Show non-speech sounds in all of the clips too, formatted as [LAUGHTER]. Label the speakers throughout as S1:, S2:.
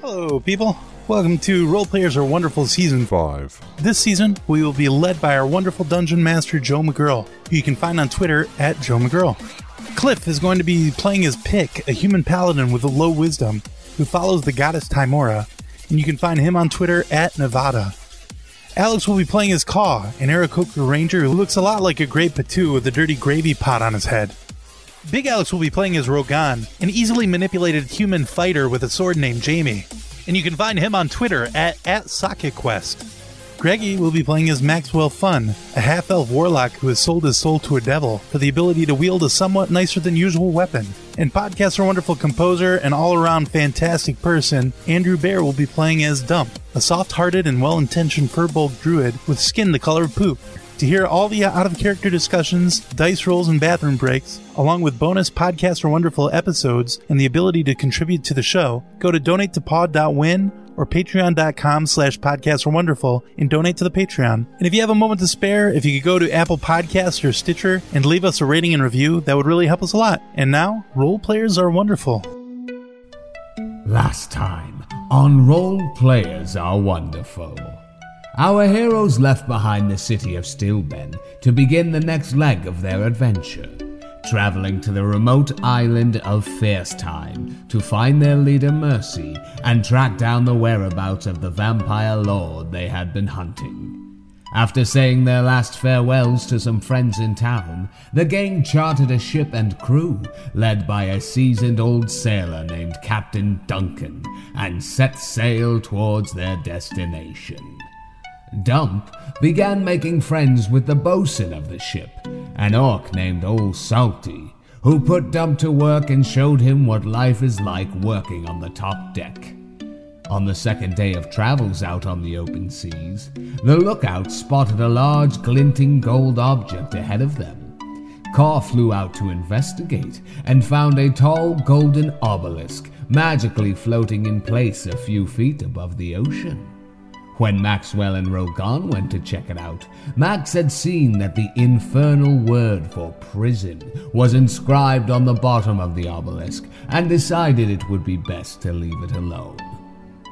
S1: Hello, people. Welcome to Role Players Are Wonderful Season 5. This season, we will be led by our wonderful dungeon master, Joe McGurl, who you can find on Twitter at Joe McGurl. Cliff is going to be playing his pick, a human paladin with a low wisdom, who follows the goddess Timora, and you can find him on Twitter at Nevada. Alex will be playing his Caw, an Arakoku ranger who looks a lot like a great Patu with a dirty gravy pot on his head. Big Alex will be playing as Rogan, an easily manipulated human fighter with a sword named Jamie. And you can find him on Twitter at, at SocketQuest. Greggy will be playing as Maxwell Fun, a half elf warlock who has sold his soul to a devil for the ability to wield a somewhat nicer than usual weapon. And podcaster, wonderful composer, and all around fantastic person, Andrew Bear will be playing as Dump, a soft hearted and well intentioned furbolg druid with skin the color of poop. To hear all the out of character discussions, dice rolls, and bathroom breaks, along with bonus podcaster wonderful episodes and the ability to contribute to the show, go to donatetopod.win or patreon.com slash podcasts are wonderful and donate to the Patreon. And if you have a moment to spare, if you could go to Apple Podcasts or Stitcher and leave us a rating and review, that would really help us a lot. And now, role players are wonderful.
S2: Last time on Role Players Are Wonderful. Our heroes left behind the city of Stillben to begin the next leg of their adventure, traveling to the remote island of Fiercetime to find their leader Mercy and track down the whereabouts of the vampire lord they had been hunting. After saying their last farewells to some friends in town, the gang chartered a ship and crew, led by a seasoned old sailor named Captain Duncan, and set sail towards their destination. Dump began making friends with the bosun of the ship, an orc named Old Salty, who put Dump to work and showed him what life is like working on the top deck. On the second day of travels out on the open seas, the lookout spotted a large glinting gold object ahead of them. Carr flew out to investigate and found a tall golden obelisk magically floating in place a few feet above the ocean. When Maxwell and Rogan went to check it out, Max had seen that the infernal word for prison was inscribed on the bottom of the obelisk and decided it would be best to leave it alone.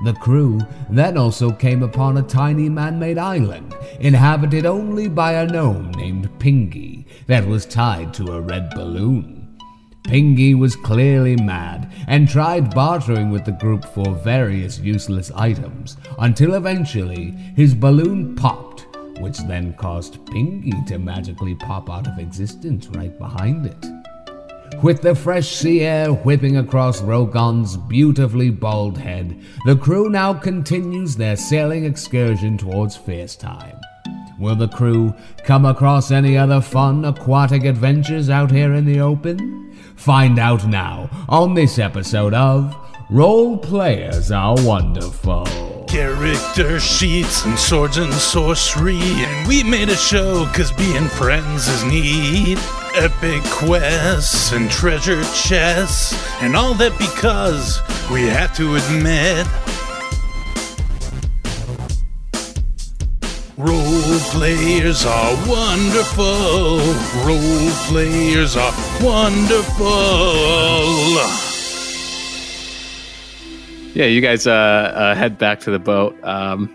S2: The crew then also came upon a tiny man made island, inhabited only by a gnome named Pingy, that was tied to a red balloon. Pingy was clearly mad and tried bartering with the group for various useless items until eventually his balloon popped, which then caused Pingy to magically pop out of existence right behind it. With the fresh sea air whipping across Rogon's beautifully bald head, the crew now continues their sailing excursion towards Fiercetime. Will the crew come across any other fun aquatic adventures out here in the open? Find out now on this episode of Role Players Are Wonderful.
S1: Character sheets and swords and sorcery, and we made a show because being friends is neat. Epic quests and treasure chests, and all that because we have to admit. Role players are wonderful. Role players are wonderful.
S3: Yeah, you guys uh, uh, head back to the boat um,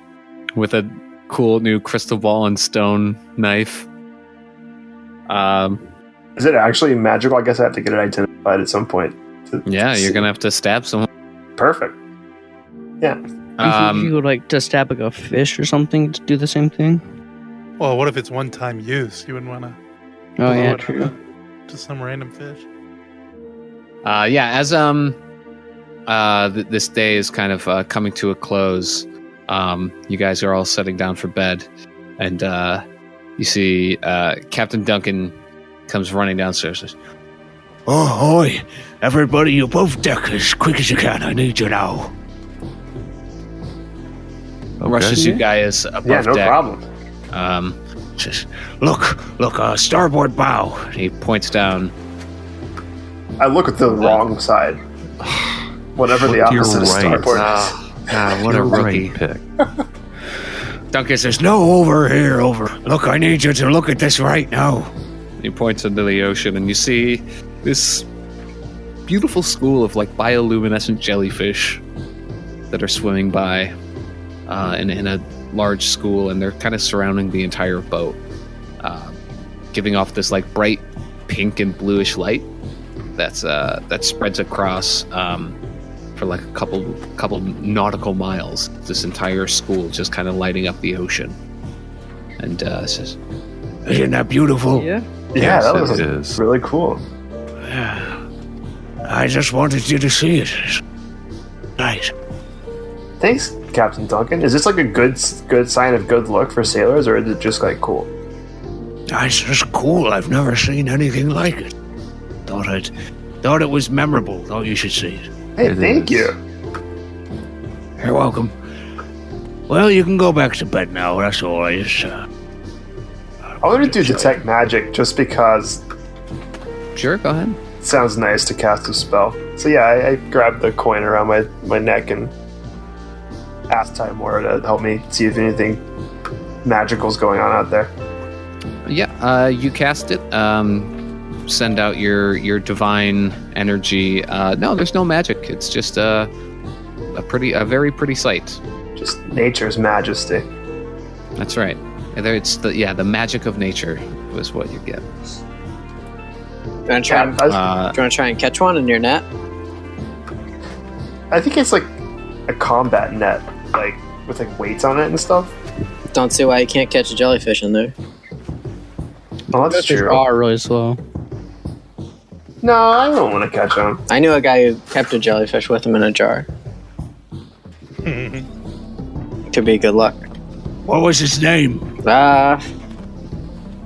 S3: with a cool new crystal ball and stone knife. Um,
S4: Is it actually magical? I guess I have to get it identified at some point. to
S3: yeah, you're
S4: see.
S3: gonna have to stab someone.
S4: perfect. Yeah,
S5: You think
S3: Um,
S5: you would like to stab like a fish or something to do the same thing?
S1: Well, what if it's one time use? You wouldn't want to
S5: Oh
S1: blow
S5: yeah,
S1: it
S5: true.
S1: to some random fish.
S3: Uh, yeah, as um, uh, th- this day is kind of uh, coming to a close, um, you guys are all setting down for bed, and uh, you see uh, Captain Duncan comes running downstairs. Says,
S6: Oh, oi. Everybody, you both deck as quick as you can. I need you now.
S3: Rushes you guys above
S4: yeah, no
S3: deck.
S4: problem.
S3: Um,
S6: Just look, look, uh, starboard bow.
S3: and he points down.
S4: I look at the wrong side. Whatever the
S7: Look to your
S4: opposite of
S7: right.
S4: starboard is. [LAUGHS]
S3: Ah, ah, what a
S7: Right
S3: rookie!
S7: pick.
S3: Duncan says,
S6: No, over here, over. Look, I need you to look at this right now.
S3: He points into the ocean, and you see this beautiful school of like bioluminescent jellyfish that are swimming by uh, in, in a large school, and they're kind of surrounding the entire boat, uh, giving off this like bright pink and bluish light that's uh, that spreads across um, for like a couple couple nautical miles. This entire school just kind of lighting up the ocean, and uh, it says,
S6: Isn't that beautiful?
S5: Yeah.
S4: Yeah,
S3: Yes,
S4: that
S3: it
S4: was
S7: is.
S4: really cool.
S6: I just wanted you to see it. It's Nice.
S4: Thanks, Captain Duncan. Is this like a good good sign of good luck for sailors, or is it just like cool?
S6: That's just cool. I've never seen anything like it. Thought it, thought it was memorable. Thought you should see it.
S4: Hey,
S7: It
S4: thank
S7: is.
S4: you.
S6: You're welcome. Well, you [LAUGHS] can go back to bed now. That's all. I just. Uh,
S4: I'm gonna do detect magic just because
S3: "Sure, go ahead."
S4: it sounds nice to cast a spell. So yeah, I, I grabbed the coin around my my neck and asked Timora to help me see if anything magical's going on out there.
S3: Yeah, uh, you cast it. Um, send out your your divine energy. Uh, no, there's no magic. It's just a a pretty a very pretty sight.
S4: Just nature's majesty.
S3: That's right. And there, it's the yeah the magic of nature was what you get.
S8: You want to try,
S4: Yeah,
S8: and-
S4: I,
S3: Uh,
S8: do you want to try and catch one in your net?
S4: I think it's like a combat net, like with like weights on it and stuff.
S8: Don't see why you can't catch a jellyfish in there.
S4: Oh, that's
S5: Fishes
S4: true.
S5: are really slow.
S4: No, I don't want to catch them.
S8: I knew a guy who kept a jellyfish with him in a jar. Could be good luck.
S6: what was his name?
S8: Ah,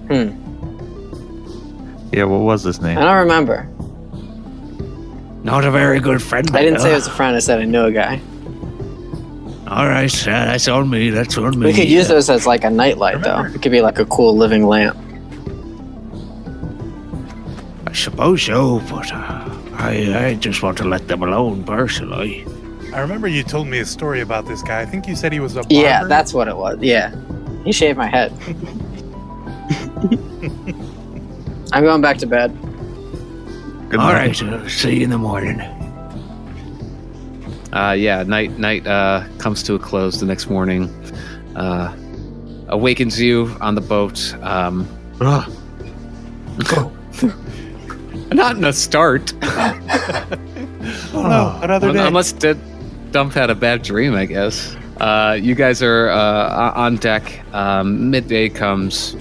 S8: hmm.
S7: Yeah, what was his
S8: I
S7: name?
S8: don't remember.
S6: Not a very good friend.
S8: I didn't say it was a
S6: huh?
S8: friend. I said I knew a guy.
S6: All right, sir, that's on me. That's on me.
S8: We could use those as like a nightlight, though. It could be like a cool living lamp.
S6: I suppose so, but uh, I, I just want to let them alone personally.
S1: I remember you told me a story about this guy. I think you said he was a barber.
S8: Yeah, that's what it was. Yeah, he shaved my head. I'm going back to bed.
S7: Good
S6: All
S7: night.
S6: right, sir, see you in the morning.
S3: Uh, yeah, night night uh, comes to a close the next morning. Uh, awakens you on the boat. Um, [LAUGHS] not in a start.
S1: Oh, no, another
S3: Un-
S1: day.
S3: Unless Dead Dump had a bad dream, I guess. Uh, you guys are uh, o- on deck. Um, midday comes.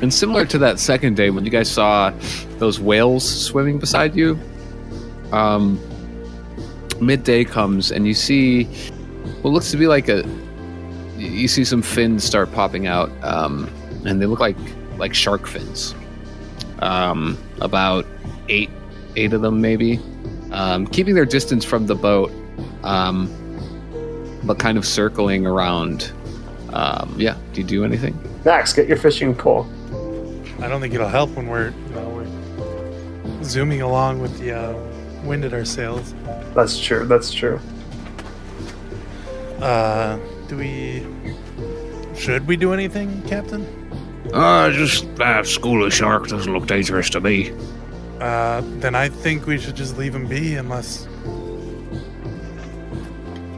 S3: And similar to that second day when you guys saw those whales swimming beside you, um, midday comes and you see what looks to be like a. You see some fins start popping out, um, and they look like like shark fins. Um, about eight, eight of them maybe um, keeping their distance from the boat, um, but kind of circling around. Um, yeah, do you do anything?
S4: Max, get your fishing pole.
S1: [LAUGHS] I don't think it'll help when we're, you know, we're zooming along with the uh, wind at our sails.
S4: That's true. That's true.
S1: Uh, do we? Should we do anything, Captain?
S6: Uh, just uh, school of shark doesn't look dangerous to me.
S1: Uh, then I think we should just leave him be, unless.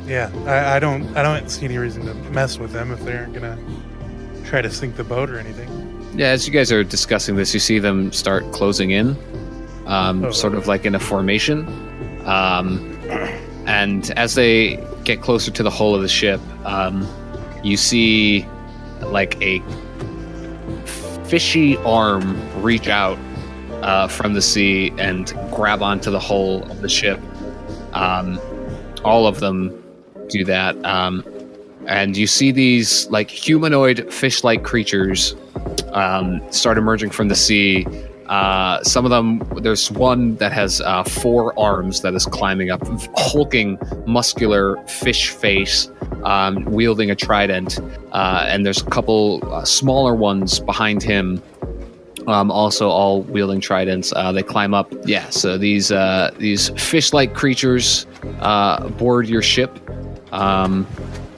S1: Yeah, I, I don't. I don't see any reason to mess with them if they aren't gonna try to sink the boat or anything.
S3: Yeah, as you guys are discussing this, you see them start closing in, um,
S1: Oh.
S3: sort of like in a formation. Um, and as they get closer to the hull of the ship, um, you see like a fishy arm reach out uh, from the sea and grab onto the hull of the ship. Um, all of them do that. Um, and you see these like humanoid fish like creatures um, start emerging from the sea. Uh, some of them, there's one that has uh, four arms that is climbing up, hulking, muscular fish face, um, wielding a trident. Uh, and there's a couple uh, smaller ones behind him, um, also all wielding tridents. Uh, they climb up. Yeah, so these uh, these fish like creatures uh, board your ship, um,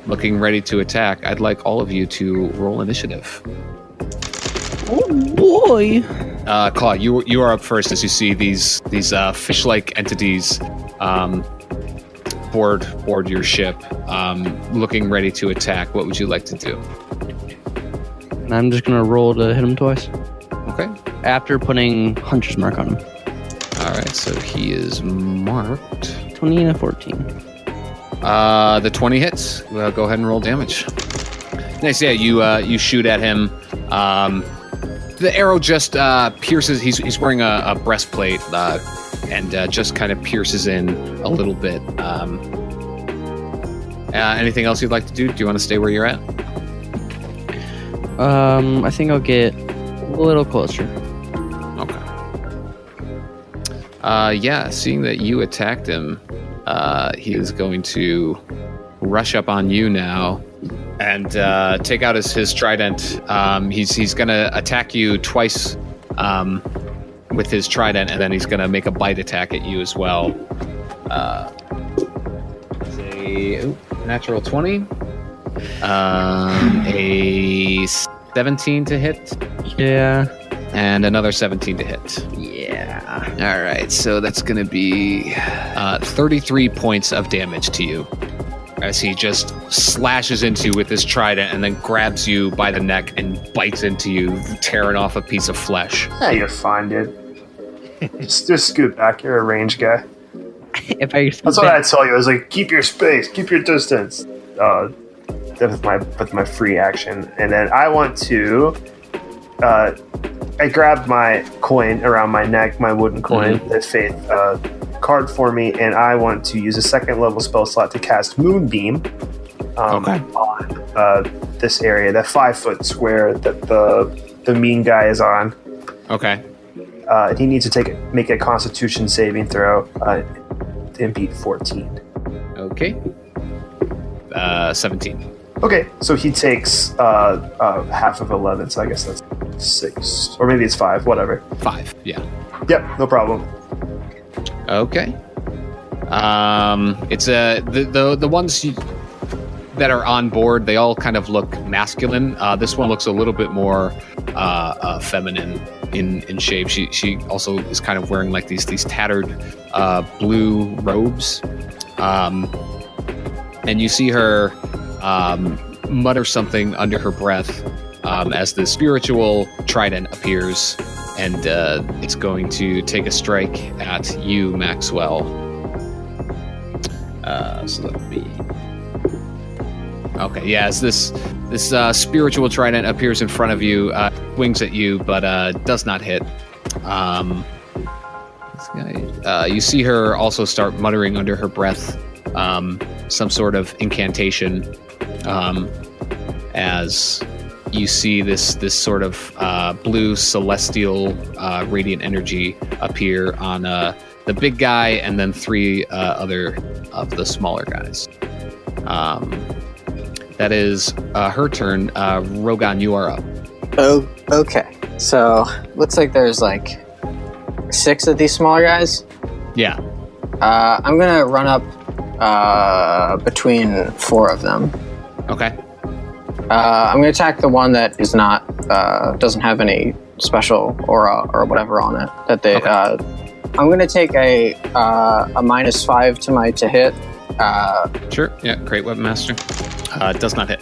S3: looking ready to attack. I'd like all of you to roll initiative.
S5: Oh boy.
S3: Uh, Claude, you you are up first as you see these these uh, fish-like entities um, board board your ship, um, looking ready to attack. What would you like to do?
S5: And I'm just gonna roll to hit him twice.
S3: Okay.
S5: After putting Hunter's Mark on him.
S3: All right. So he is marked.
S5: 20 and a 14.
S3: Uh, the 20 hits. Well, go ahead and roll damage. Nice. Yeah, you uh, you shoot at him. Um, the arrow just uh, pierces. He's, he's wearing a, a breastplate uh, and uh, just kind of pierces in a little bit. Um, uh, anything else you'd like to do? Do you want to stay where you're at?
S5: Um, I think I'll get a little closer.
S3: Okay. Uh, yeah, seeing that you attacked him, uh, he is going to rush up on you now and uh, take out his, his trident. Um, he's he's going to attack you twice um, with his trident, and then he's going to make a bite attack at you as well. Uh, it's a ooh, natural 20, um, a 17 to hit,
S5: Yeah.
S3: and another 17 to hit.
S5: Yeah.
S3: All right, so that's going to be uh, 33 points of damage to you as he just slashes into you with his trident and then grabs you by the neck and bites into you, tearing off a piece of flesh.
S4: Yeah, you're fine, dude. just, just scoot back. You're a range guy.
S5: [LAUGHS] If I
S4: That's what I tell you. I was like, keep your space, keep your distance. Uh, that was my with my free action, and then I want to. Uh, I grabbed my coin around my neck, my wooden
S5: Mm-hmm.
S4: coin, that faith uh, card for me, and I want to use a second level spell slot to cast Moonbeam um,
S6: Okay.
S4: on uh, this area, that five foot square that the the mean guy is on
S3: Okay.
S4: uh, and he needs to take make a Constitution saving throw uh, and beat 14.
S3: Okay. Uh, 17.
S4: Okay, so he takes uh, uh, half of 11, so I guess that's six, or maybe it's five, whatever.
S3: 5. Yeah.
S4: Yep, no problem.
S3: Okay. Um, it's a the the, the ones you, that are on board. They all kind of look masculine. Uh, this one looks a little bit more uh, uh, feminine in in shape. She she also is kind of wearing like these these tattered uh, blue robes, um, and you see her um, mutter something under her breath um, as the spiritual trident appears and uh, it's going to take a strike at you, Maxwell. Uh, so that'll be okay. Yeah, as this this uh, spiritual trident appears in front of you, uh, wings at you, but uh, does not hit. Um, this guy- uh, you see her also start muttering under her breath um, some sort of incantation um, as you see this this sort of uh, blue celestial uh, radiant energy appear on uh, the big guy and then three uh, other of the smaller guys. Um, that is uh, her turn. Uh, Rogan, you are up.
S8: Oh, okay. So looks like there's like six of these smaller guys.
S3: Yeah.
S8: Uh, I'm gonna run up uh, between four of them.
S3: Okay.
S8: Uh, I'm gonna attack the one that is not uh, doesn't have any special aura or whatever on it. That they.
S3: Okay.
S8: Uh, I'm gonna take a uh, a minus five to my to hit. Uh,
S3: Sure. Yeah. Great webmaster. Uh, does not hit.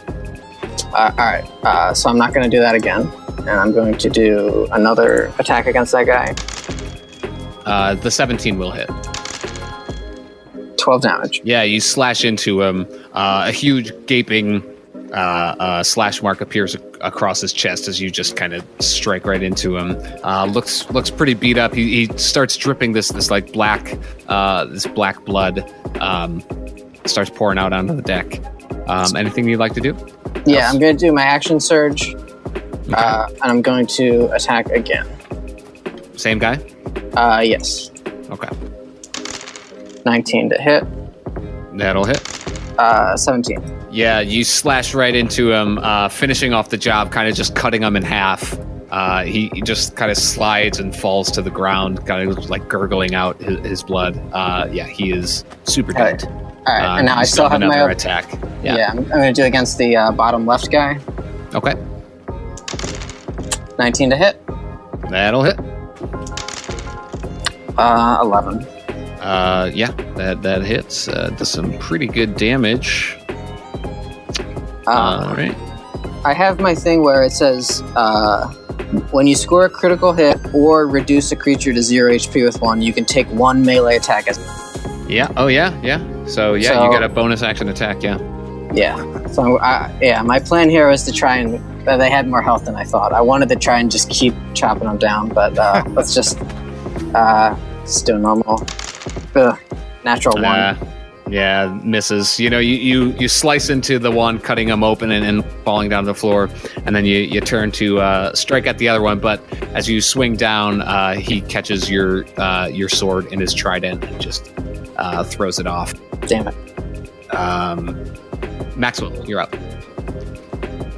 S8: Uh, all right, uh, so I'm not going to do that again, and I'm going to do another attack against that guy.
S3: Uh, the 17 will hit.
S8: Twelve damage.
S3: Yeah, you slash into him. Uh, a huge gaping uh, uh, slash mark appears ac- across his chest as you just kind of strike right into him. Uh, looks looks pretty beat up. He, he starts dripping this this like black uh, this black blood um, starts pouring out onto the deck. Um, anything you'd like to do?
S8: Yeah, I'm going to do my action surge, uh, and I'm going to attack again.
S3: Same guy.
S8: Uh, yes,
S3: Okay,
S8: nineteen to hit.
S3: that'll hit.
S8: Uh, Seventeen.
S3: Yeah, you slash right into him, uh, finishing off the job, kind of just cutting him in half. Uh, he, he just kind of slides and falls to the ground, kind of like gurgling out his, his blood. Uh, yeah, he is super
S8: All
S3: dead.
S8: right, all right.
S3: Uh,
S8: and now
S3: you
S8: I still have
S3: another
S8: my.
S3: attack.
S8: yeah.
S3: Yeah.
S8: I'm, I'm going to do against the uh, bottom left guy.
S3: Okay,
S8: Nineteen to hit.
S3: that'll hit.
S8: Uh, Eleven.
S3: Uh, yeah, that that hits. Uh, does some pretty good damage.
S8: Uh,
S3: All right.
S8: I have my thing where it says uh, when you score a critical hit or reduce a creature to zero HP with one, you can take one melee attack as
S3: Yeah. Oh yeah. Yeah. So yeah,
S8: So-
S3: you got a bonus action attack. Yeah.
S8: Yeah. So, I, yeah, my plan here was to try and. Uh, they had more health than I thought. I wanted to try and just keep chopping them down, but
S3: [LAUGHS]
S8: uh, let's just. Uh, just do normal. Ugh, natural one.
S3: Uh, yeah, misses. You know, you, you you slice into the one, cutting them open and, and falling down to the floor, and then you, you turn to uh, strike at the other one. But as you swing down, uh, he catches your uh, your sword in his trident and just uh, throws it off.
S8: Damn it.
S3: Um, Maxwell, you're up.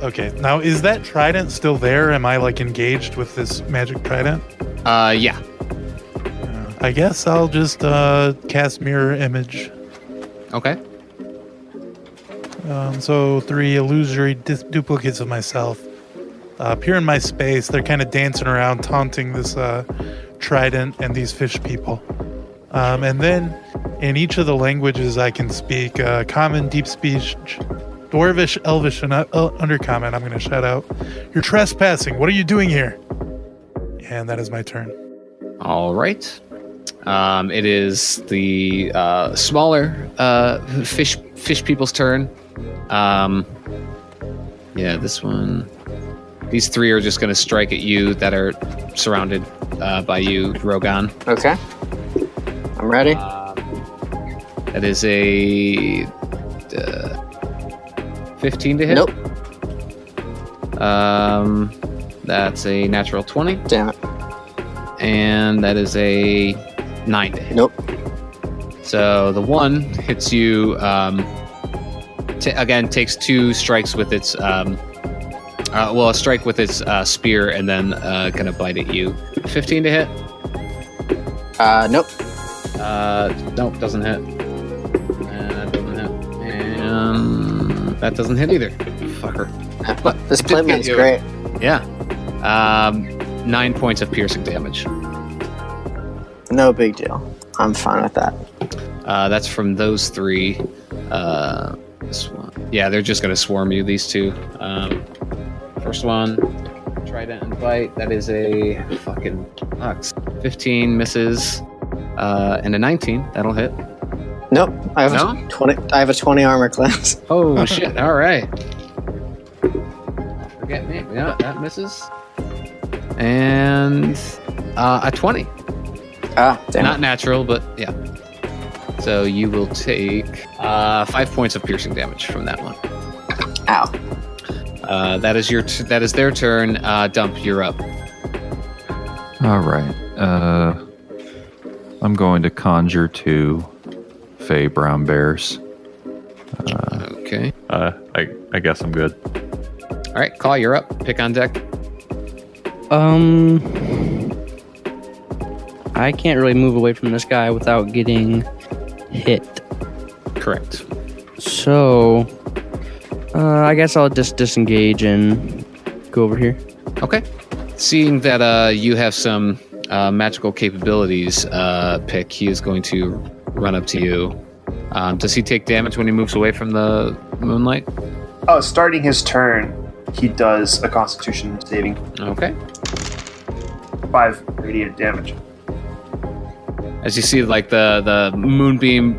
S1: Okay. Now, is that trident still there? Am I like engaged with this magic trident?
S3: Uh, yeah,
S1: I guess I'll just uh, cast mirror image.
S3: okay.
S1: Um, so three illusory dis- duplicates of myself uh, appear in my space. They're kind of dancing around, taunting this uh, trident and these fish people. Um, and then in each of the languages I can speak uh, common, deep speech, dwarvish, elvish, and uh, uh, undercommon, I'm going to shout out, You're trespassing. What are you doing here? And that is my turn.
S3: All right. Um, it is the uh, smaller uh, fish fish people's turn. Um, yeah, this one. These three are just going to strike at you that are surrounded uh, by you, Rogan.
S8: Okay. I'm ready.
S3: Uh, That is a uh, 15 to hit.
S8: Nope.
S3: Um, that's a natural 20,
S8: Damn it.
S3: and that is a 9 to hit.
S8: Nope.
S3: So the one hits you um, t- again, takes two strikes with its um, uh, well, a strike with its uh, spear, and then uh, gonna bite at you. Fifteen to hit?
S8: Uh, nope.
S3: Uh, nope, doesn't hit. Uh, that doesn't hit. And that doesn't hit either.
S8: [LAUGHS]
S3: Fucker.
S8: This
S3: Didn't get
S8: platelet's
S3: you.
S8: great.
S3: Yeah. Um, nine points of piercing damage.
S8: No big deal. I'm fine with that.
S3: Uh, that's from those three. Uh, this one. Yeah, they're just going to swarm you, these two. Um, first one, Trident and Bite. That is a fucking box. 15 misses uh, and a 19. That'll hit.
S8: Nope. I have
S3: No?
S8: a 20. I have a 20 armor class.
S3: Oh, shit. All right. Forget me. Yeah, that misses. And uh, a 20.
S8: ah, damn
S3: Not
S8: it.
S3: natural, but yeah. So you will take uh, five points of piercing damage from that one.
S8: Ow.
S3: Uh, that is your t- that is their turn. Uh, Dump, you're up.
S7: All right. Uh, I'm going to conjure two Fey brown bears.
S3: Okay.
S7: Uh, I I guess I'm good.
S3: All right, call you're up. Pick on deck.
S5: Um, I can't really move away from this guy without getting hit.
S3: Correct.
S5: So, uh, I guess I'll just disengage and go over here.
S3: Okay. Seeing that uh, you have some uh, magical capabilities, uh, pick he is going to run up to you. Um, does he take damage when he moves away from the moonlight?
S4: Oh, starting his turn, he does a Constitution saving
S3: Okay.
S4: five radiant damage.
S3: as you see like the the moonbeam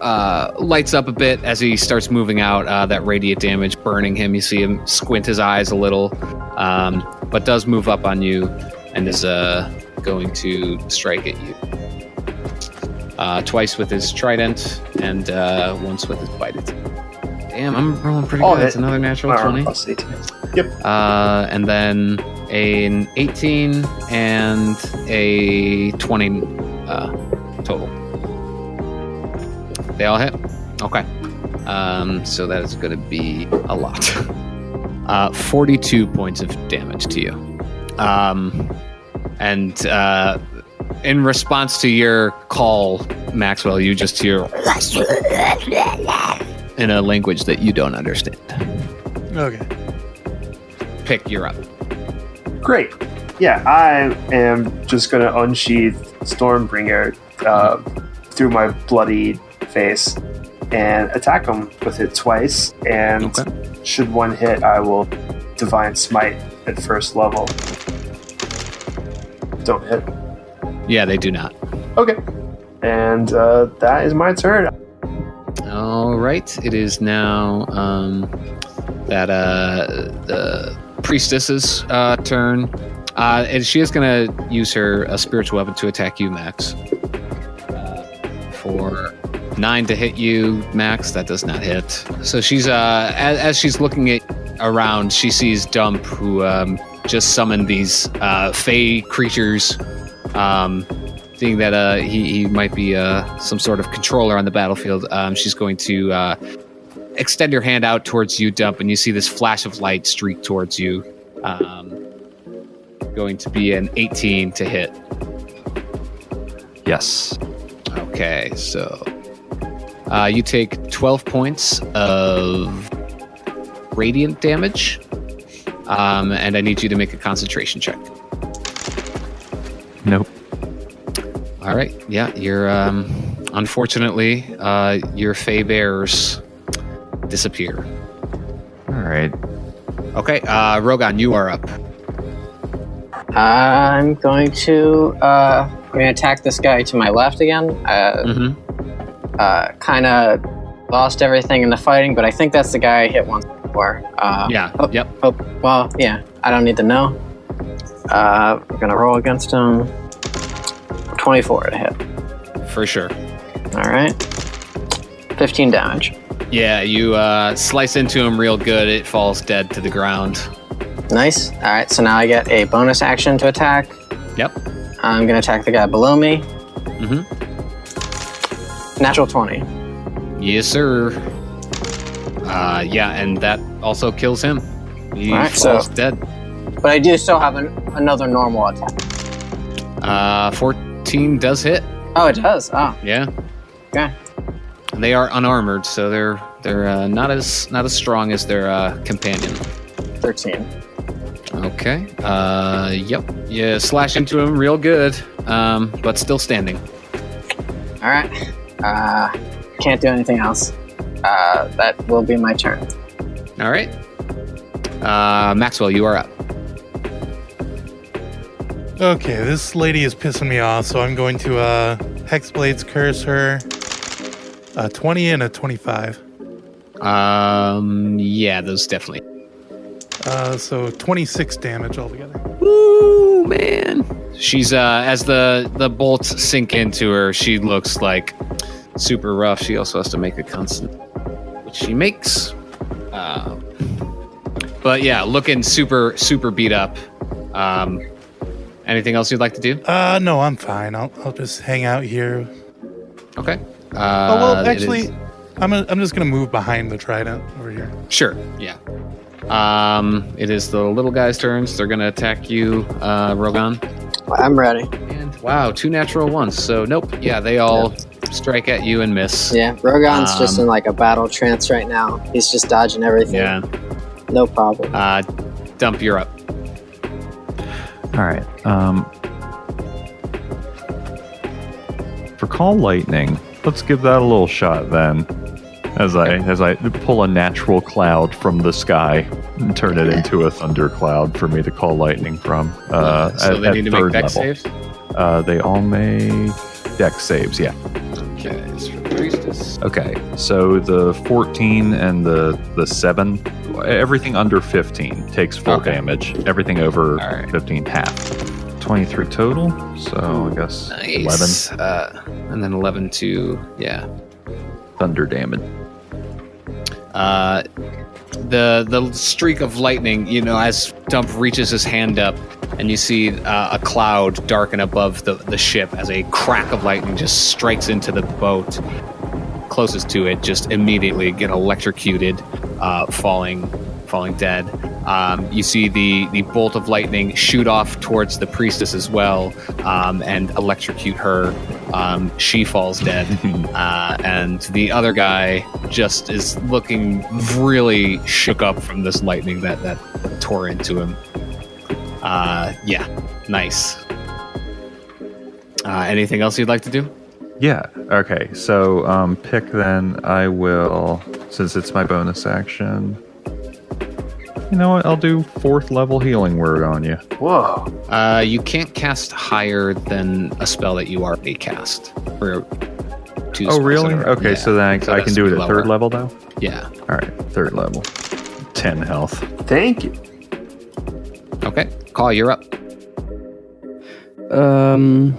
S3: uh, lights up a bit as he starts moving out uh, that radiant damage burning him you see him squint his eyes a little um, but does move up on you and is uh, going to strike at you uh, twice with his trident and uh, once with his bite attack. damn i'm rolling pretty
S4: Oh,
S3: good that's
S4: hit.
S3: another natural
S4: Or
S3: 20
S4: plus 18.
S3: uh, and then an 18 and a 20 uh, total. They all hit? Okay. Um, so that is going to be a lot. [LAUGHS] Uh, 42 points of damage to you. Um, and uh, in response to your call, Maxwell, you just hear [LAUGHS] in a language that you don't understand.
S1: Okay.
S3: Pick, you're up.
S4: Great. Yeah, I am just going to unsheath Stormbringer. Uh, through my bloody face and attack him with it twice. And should one hit, I will divine smite at first level. Don't hit.
S3: Yeah, they do not.
S4: Okay. And uh, that is my turn.
S3: All right. It is now um, that uh, the priestess's uh, turn, uh, and she is going to use her uh, spiritual weapon to attack you, Max. Uh, for nine to hit you, Max. That does not hit. So she's uh, as, as she's looking at around, she sees Dump, who um, just summoned these uh, fey creatures. Um, seeing that uh, he, he might be uh, some sort of controller on the battlefield, um, she's going to uh, extend her hand out towards you, Dump, and you see this flash of light streak towards you. Um, going to be an 18 to hit.
S7: Yes.
S3: Okay, so uh, you take 12 points of radiant damage, um, and I need you to make a concentration check.
S7: Nope.
S3: All right. Yeah, you're um, unfortunately uh, your fey bears disappear.
S7: All right.
S3: Okay, uh, Rogan, you are up.
S8: I'm going to uh, I'm going to attack this guy to my left again. Uh,
S3: Mm-hmm.
S8: uh, kind of lost everything in the fighting, but I think that's the guy I hit once before. Uh,
S3: yeah.
S8: oh.
S3: Yep.
S8: Oh, well, yeah. I don't need to know. Uh, we're gonna roll against him. Twenty-four to hit.
S3: For sure.
S8: All right. Fifteen damage.
S3: Yeah, you uh, slice into him real good. It falls dead to the ground.
S8: Nice. All right. So now I get a bonus action to attack.
S3: Yep.
S8: I'm gonna attack the guy below me. Mm-hmm. Natural twenty.
S3: Yes, sir. Uh, yeah, and that also kills him. He
S8: Alright, so-
S3: falls dead.
S8: But I do still have an, another normal attack.
S3: Uh, 14 does hit.
S8: Oh, it does. Oh,
S3: Yeah.
S8: okay.
S3: And They are unarmored, so they're they're uh, not as not as strong as their uh, companion.
S8: Thirteen.
S3: Okay. Uh, yep. Yeah, slash into him real good, um, but still standing.
S8: All right. Uh, can't do anything else. Uh, that will be my turn.
S3: All right. Uh, Maxwell, you are up.
S1: Okay, this lady is pissing me off, so I'm going to uh, Hexblade's Curse her. A 20 and a 25.
S3: Um, yeah, those definitely.
S1: Uh, so 26 damage altogether.
S3: Woo, man. She's uh, as the the bolts sink into her, she looks like super rough. She also has to make a constant, which she makes. Uh, but yeah, looking super super beat up. Um, anything else you'd like to do?
S1: Uh, no, I'm fine. I'll, I'll just hang out here.
S3: Okay. Uh,
S1: Oh, well,
S3: it
S1: actually,
S3: is-
S1: I'm, gonna, I'm just going to move behind the trident over here.
S3: sure. Yeah. Um, it is the little guy's turns. They're gonna attack you, uh, Rogan.
S8: I'm ready.
S3: And wow, two natural ones. So nope. Yeah, they all strike at you and miss.
S8: Yeah, Rogan's just
S3: Um,
S8: in like a battle trance right now. He's just dodging everything.
S3: Yeah.
S8: No problem.
S3: Uh, dump, you're up.
S7: All right. Um, for call lightning, let's give that a little shot then. As I as I pull a natural cloud from the sky and turn it into a thundercloud for me to call lightning from. Uh,
S3: so
S7: at-
S3: they
S7: at
S3: need to
S7: third
S3: make deck
S7: level.
S3: saves.
S7: Uh, they all make deck saves. Yeah.
S3: Okay, it's for the priestess.
S7: Okay, so the 14 and the the 7, everything under 15 takes full
S3: Okay.
S7: damage. Everything over
S3: All right.
S7: 15 half. 23 total, so I guess 11
S3: Nice. Uh, and then 11 to, yeah.
S7: thunder damage.
S3: Uh, the the streak of lightning, you know, as Dump reaches his hand up, and you see uh, a cloud darken above the, the ship as a crack of lightning just strikes into the boat closest to it, just immediately get electrocuted, uh, falling falling dead. Um, you see the the bolt of lightning shoot off towards the priestess as well, um, and electrocute her. Um, she falls dead, uh, and the other guy just is looking really shook up from this lightning that that tore into him. Uh, yeah, nice. Uh, anything else you'd like to do?
S7: Yeah. Okay. So um, pick then. I will, since it's my bonus action. You know what? I'll do fourth level healing word on you.
S4: Whoa.
S3: Uh, you can't cast higher than a spell that you already cast. For two
S7: oh,
S3: spells
S7: really?
S3: that are-
S7: Okay.
S3: yeah.
S7: So then I,
S3: So
S7: I
S3: that's
S7: can do it at
S3: lower.
S7: third level though.
S3: Yeah.
S7: All right. Third level. Ten health.
S4: Thank you.
S3: Okay. Call, you're up.
S5: Um,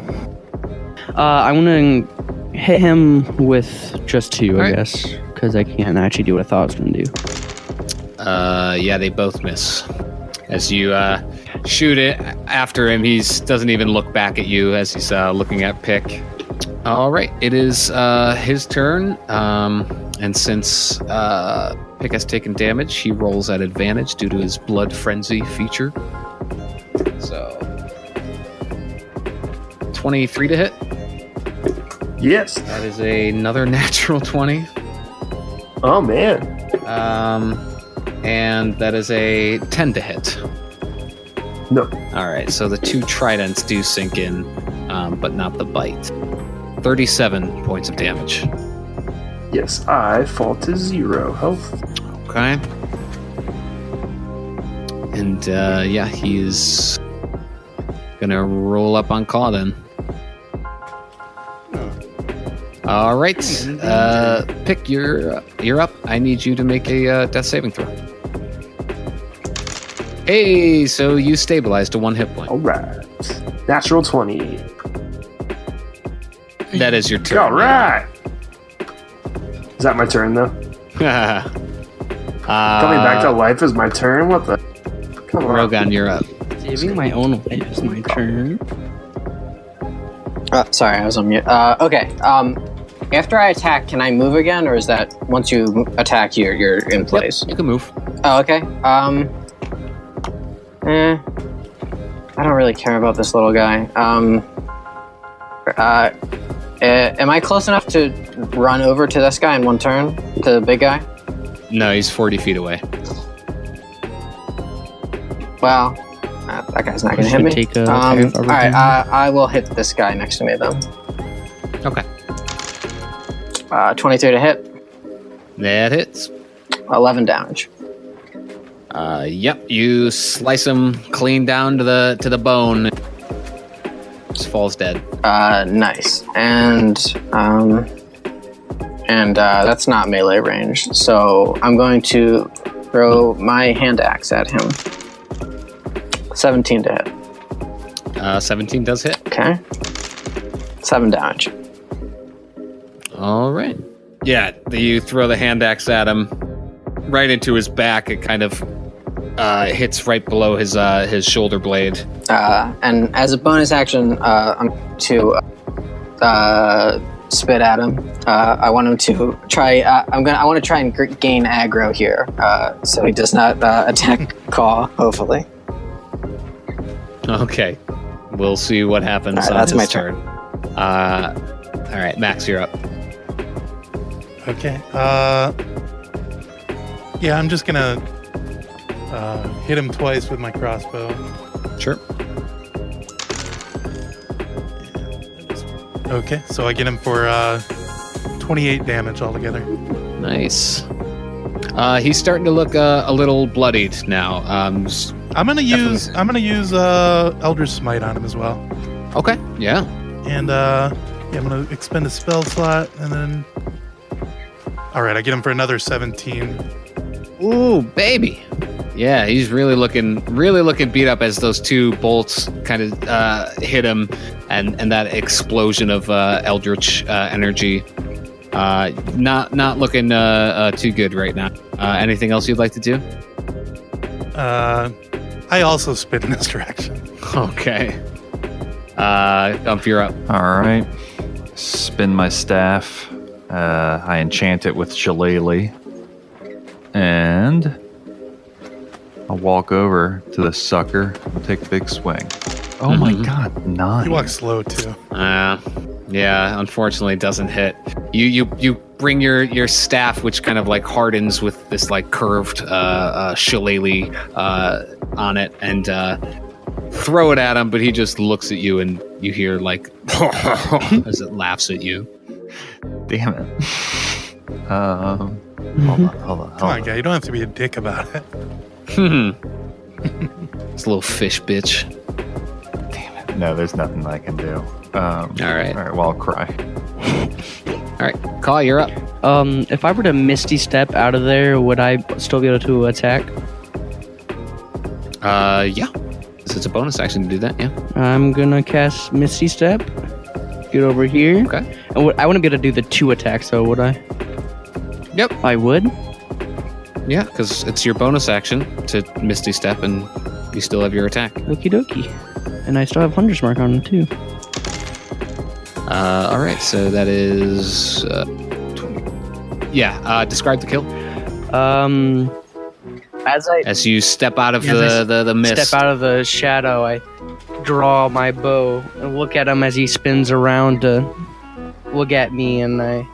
S5: uh, I'm gonna hit him with just two, I
S3: Alright.
S5: guess, because I can't actually do what I thought I was gonna do.
S3: Uh, yeah, they both miss. As you uh, shoot it after him, he doesn't even look back at you as he's uh, looking at Pick. All right, it is uh, his turn. Um, and since uh, Pick has taken damage, he rolls at advantage due to his blood frenzy feature. So, 23 to hit.
S4: Yes.
S3: That is another [LAUGHS] natural 20.
S4: Oh man.
S3: Um, and that is a 10 to hit.
S4: No.
S3: All right, so the two tridents do sink in, um, but not the bite. 37 points of damage.
S4: Yes, I fall to zero health.
S3: Okay. And uh, yeah, he is gonna roll up on Claw then. All right, uh, pick. You're you're up. I need you to make a uh, death saving throw. Hey, so you stabilize to one hit point.
S4: All right. Natural twenty.
S3: That is your turn.
S4: All right. Is that my turn though?
S3: [LAUGHS] uh,
S4: Coming back to life is my turn. What the? Come on.
S3: Rogan, you're up.
S5: Saving my own life is my turn.
S8: Uh, sorry, I was on mute. Uh, okay. Um, after I attack, can I move again, or is that once you attack, you're you're in place?
S3: You can move.
S8: Oh, okay. Um, eh, I don't really care about this little guy. Um, uh, eh, am I close enough to run over to this guy in one turn? To the big guy?
S3: No, he's 40 feet away.
S8: Well, uh, that guy's not gonna
S5: Should
S8: hit me.
S5: take a-
S8: um,
S5: a- a
S8: all right,
S5: routine.
S8: uh, I will hit this guy next to me then.
S3: Okay.
S8: Uh, Twenty-three to hit,
S3: That hits.
S8: eleven damage.
S3: Uh, yep, you slice him clean down to the to the bone. Just falls dead.
S8: Uh, nice. And um, and uh, that's not melee range, so I'm going to throw my hand axe at him. 17 to hit.
S3: Uh, 17 does hit.
S8: Okay. Seven damage.
S3: All right. Yeah, you throw the hand axe at him, right into his back. It kind of uh, hits right below his uh, his shoulder blade.
S8: Uh, and as a bonus action, uh, I'm going to uh, spit at him. Uh, I want him to try. Uh, I'm gonna. I want to try and gr- gain aggro here, uh, so he does not uh, [LAUGHS] attack Caw. Hopefully.
S3: Okay, we'll see what happens.
S8: All right,
S3: on
S8: that's
S3: his
S8: my
S3: turn.
S8: turn.
S3: Uh, all right, Max, you're up.
S1: Okay. Uh, yeah, I'm just gonna uh, hit him twice with my crossbow.
S3: Sure.
S1: Okay, so I get him for uh, 28 damage altogether.
S3: Nice. Uh, he's starting to look uh, a little bloodied now. Um, s-
S1: I'm gonna
S3: Definitely.
S1: use I'm gonna use uh, Elder Smite on him as well,
S3: okay, yeah.
S1: and uh, yeah, I'm gonna expend a spell slot, and then all right, I get him for another 17.
S3: Ooh, baby. Yeah, he's really looking, really looking beat up as those two bolts kind of uh, hit him, and and that explosion of uh, eldritch uh, energy. Uh, not not looking uh, uh, too good right now. Uh, anything else you'd like to do?
S1: Uh, I also spit in this direction.
S3: Okay. Uh, Gump, you're up.
S7: All right. Spin my staff. Uh, I enchant it with Shillelagh. And I'll walk over to the sucker. I'll take a big swing. Oh my
S4: Mm-hmm.
S7: god, nine.
S1: He walks slow too.
S3: Uh, yeah, unfortunately, it doesn't hit. You you you bring your your staff, which kind of like hardens with this like curved uh, uh, shillelagh uh, on it, and uh, throw it at him. But he just looks at you and you hear like [LAUGHS] as it laughs at you.
S7: Damn it. [LAUGHS] Um, hold on,
S3: [LAUGHS]
S7: hold on, hold
S1: Come on, guy. You don't have to be a dick about it.
S3: it's a Hmm. little fish bitch.
S7: No, there's nothing I can do. Um,
S3: All right.
S7: All right, well, I'll cry.
S3: All right, call you're up.
S5: Um, if I were to misty step out of there, would I still be able to attack?
S3: Uh, yeah. So it's a bonus action to do that. Yeah.
S5: I'm gonna cast misty step. Get over here.
S3: Okay.
S5: And would- I wouldn't be able to do the two attacks though, would I?
S3: Yep.
S5: I would.
S3: Yeah, because it's your bonus action to Misty Step, and you still have your attack.
S5: Okie dokie. And I still have Hunter's Mark on too.
S3: Uh, all right. So that is. Uh, 20. Yeah. Uh, describe the kill
S5: Um, as I
S3: as you step out of
S5: Yeah,
S3: the,
S5: nice.
S3: the the mist.
S5: step out of the shadow, I draw my bow and look at him as he spins around to look at me, and I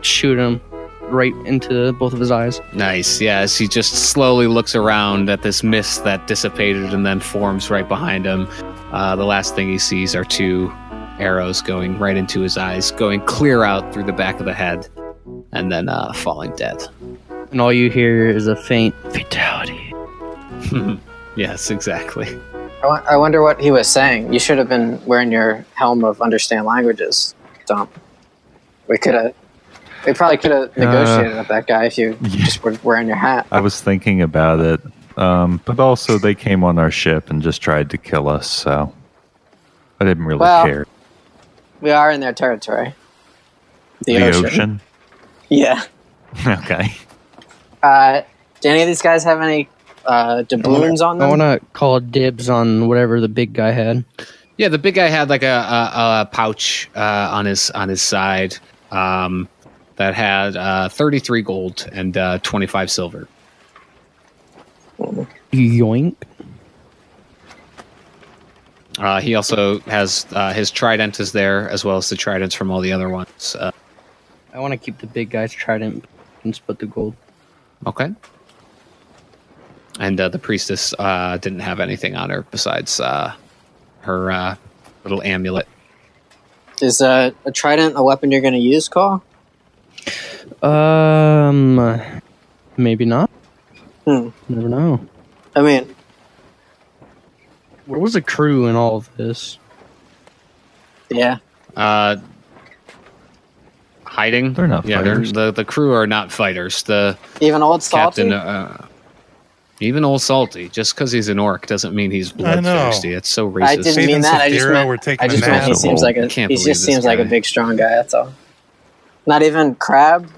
S5: shoot him right into both of his eyes.
S3: Nice. Yeah. As he just slowly looks around at this mist that dissipated and then forms right behind him, uh, the last thing he sees are two arrows going right into his eyes, going clear out through the back of the head, and then uh, falling dead.
S5: And all you hear is a faint [LAUGHS] fatality.
S3: yes, exactly.
S8: I, wo- I wonder what he was saying. You should have been wearing your helm of understand languages, Dom. We could have. We probably could
S5: Uh,
S8: have negotiated with that guy if
S5: [LAUGHS]
S8: you just were wearing your hat.
S7: I was thinking about it, um, but also they came on our ship and just tried to kill us, so I didn't really
S8: Well,
S7: care.
S8: We are in their territory. The,
S7: The
S8: ocean.
S7: ocean?
S8: Yeah.
S7: [LAUGHS] okay.
S8: Uh, do any of these guys have any uh, doubloons on
S5: I
S8: them?
S5: want to call dibs on whatever the big guy had.
S3: Yeah, the big guy had like a, a, a pouch uh, on his on his side um, that had uh, 33 gold and uh, 25 silver.
S5: Yoink.
S3: Uh, he also has uh, his trident is there as well as the tridents from all the other ones. Uh,
S5: I want to keep the big guy's trident and split the gold.
S3: okay. And uh, the priestess uh, didn't have anything on her besides uh, her uh, little amulet.
S8: Is uh, a trident a weapon you're going to use, Call?
S5: Um, maybe not.
S8: Hmm.
S5: Never know.
S8: I mean,
S5: Where was the crew in all of this?
S8: yeah.
S3: Uh, hiding.
S7: They're not
S3: yeah,
S7: fighters.
S3: the the crew are not fighters. The
S8: Even old salty.
S3: Captain, uh, even old Salty, just because he's an orc doesn't mean he's
S1: I know.
S3: bloodthirsty. It's so racist.
S8: I didn't
S1: Faith
S8: mean
S1: and
S8: that. I just
S1: Sapphira
S8: meant,
S1: were taking
S8: I just
S7: a
S8: meant he
S7: nap.
S8: seems like a
S3: Can't
S8: he just
S3: believe this
S8: seems like a
S3: guy.
S8: big strong guy. That's all. Not even crab.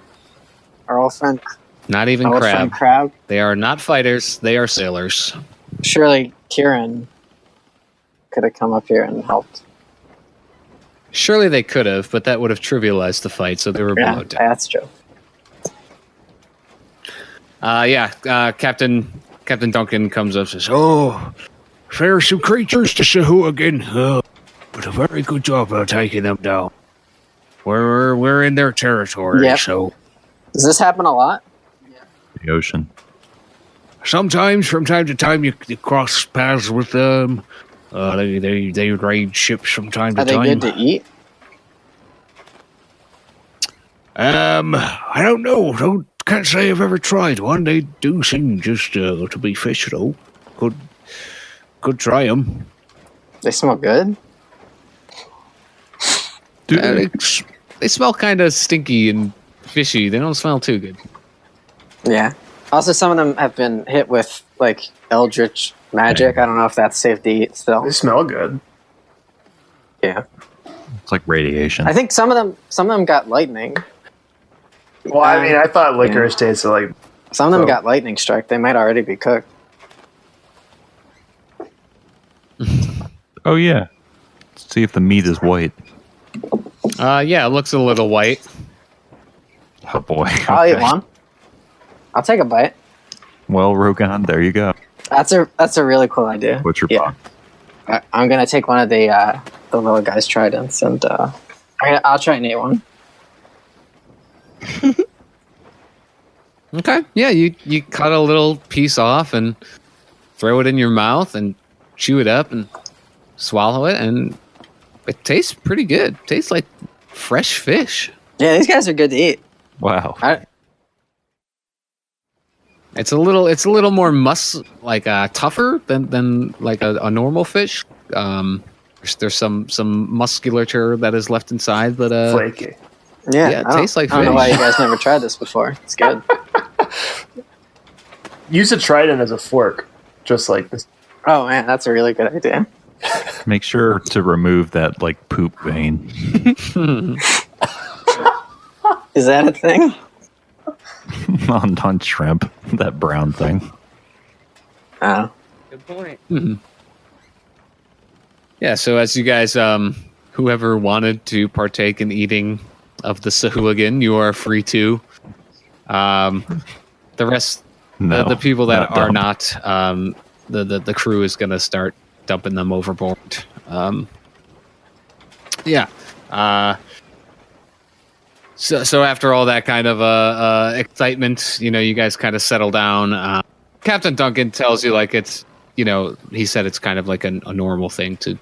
S8: Our old friend,
S3: Not even
S8: our old
S3: crab.
S8: friend crab.
S3: They are not fighters. They are sailors.
S8: Surely Kieran could have come up here and helped.
S3: Surely they could have, but that would have trivialized the fight, so they were
S8: Yeah,
S3: below deck.
S8: that's true.
S3: Uh, yeah, uh, Captain Captain Duncan comes up and says, "Oh,
S6: Oh, fair some creatures to Sahoo again. Oh, but a very good job of taking them down. We're we're in their territory,
S8: Yep.
S6: so
S8: Does this happen a lot?
S7: The ocean.
S6: sometimes from time to time you, you cross paths with them. Uh, they, they they raid ships from time to
S8: Are they
S6: time.
S8: good to eat?
S6: Um, I don't know. Don't can't say I've ever tried one. They do seem just uh, to be fish though. Could could try them.
S8: They smell good.
S7: Dude,
S3: uh, they, they smell kind of stinky and fishy. They don't smell too good."
S8: Yeah. Also, some of them have been hit with like eldritch magic. I don't know if that's safe to eat still.
S4: They smell good.
S8: Yeah.
S7: it's like radiation.
S8: I think some of them, some of them got lightning.
S4: Well, I mean, I thought licorice tasted like
S8: Some of them
S4: So-
S8: got lightning strike. They might already be cooked.
S7: oh, yeah. Let's see if the meat is white.
S3: Uh, yeah, it looks a little white.
S7: Oh, boy. [LAUGHS]
S8: I'll eat
S7: Okay.
S8: one. I'll take a bite.
S7: Well, Rogan, there you go.
S8: That's a that's a really cool idea.
S7: What's your
S8: Yeah. I, I'm gonna take one of the uh, the little guy's tridents and uh, I'm gonna, I'll try and eat one.
S3: Okay. Yeah, you you cut a little piece off and throw it in your mouth and chew it up and swallow it and It tastes pretty good. Tastes like fresh fish.
S8: Yeah, these guys are good to eat.
S7: Wow.
S8: I,
S3: It's a little it's a little more mus like uh, tougher than than like a, a normal fish. Um, there's, there's some some musculature that is left inside, but uh,
S4: Flaky.
S8: yeah,
S3: Yeah, it
S8: I don't-
S3: tastes like
S8: I don't know
S3: fish.
S8: why you guys never tried this before. It's good.
S4: Use a trident as a fork, just like this.
S8: [LAUGHS] oh man, that's a really good idea.
S7: Make sure to remove that like poop vein. [LAUGHS]
S8: [LAUGHS] Is that a thing?
S7: on, on shrimp, that brown thing.
S8: Oh,
S5: Good point.
S3: Yeah, so as you guys, um, whoever wanted to partake in eating of the sahooligan, you are free to. Um, the rest, uh,
S7: No,
S3: the, the people that are
S7: dumb.
S3: not, um, the, the the crew is gonna start dumping them overboard. Um, yeah. Uh, so so after all that kind of uh, uh, excitement, you know, you guys kind of settle down. Uh, Captain Duncan tells you like it's you know he said it's kind of like an, a normal thing to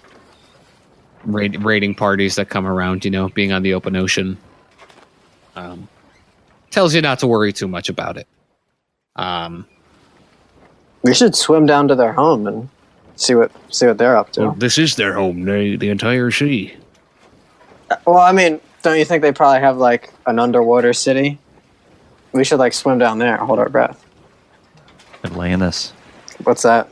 S3: raid, raiding parties that come around you know being on the open ocean um, tells you not to worry too much about it um,
S8: we should swim down to their home and see what see what they're up to.
S6: Well, this is their home, the, the entire sea.
S8: Well, I mean, don't you think they probably have like an underwater city? We should like swim down there, and hold our breath.
S7: Atlantis.
S8: What's that?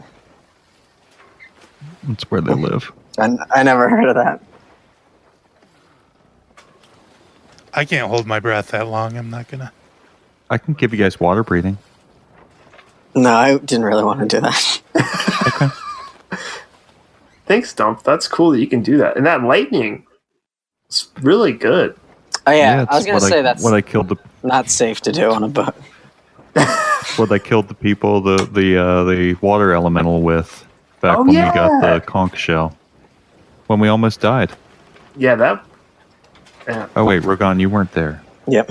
S7: That's where they live.
S8: I, I never heard of that.
S1: I can't hold my breath that long. I'm not gonna.
S7: I can give you guys water breathing.
S8: No, I didn't really want to do that. [LAUGHS]
S4: Thanks, Dump. That's cool that you can do that. And that lightning, it's really good.
S8: Oh yeah, I was
S7: it's
S8: gonna
S7: what
S8: say that's
S7: what I killed the
S8: not safe to do on a boat.
S7: what I killed the people the the uh, the water elemental with back when we got the conch shell when we almost died.
S4: Yeah, that.
S7: Oh wait, Rogan, you weren't there.
S8: Yep.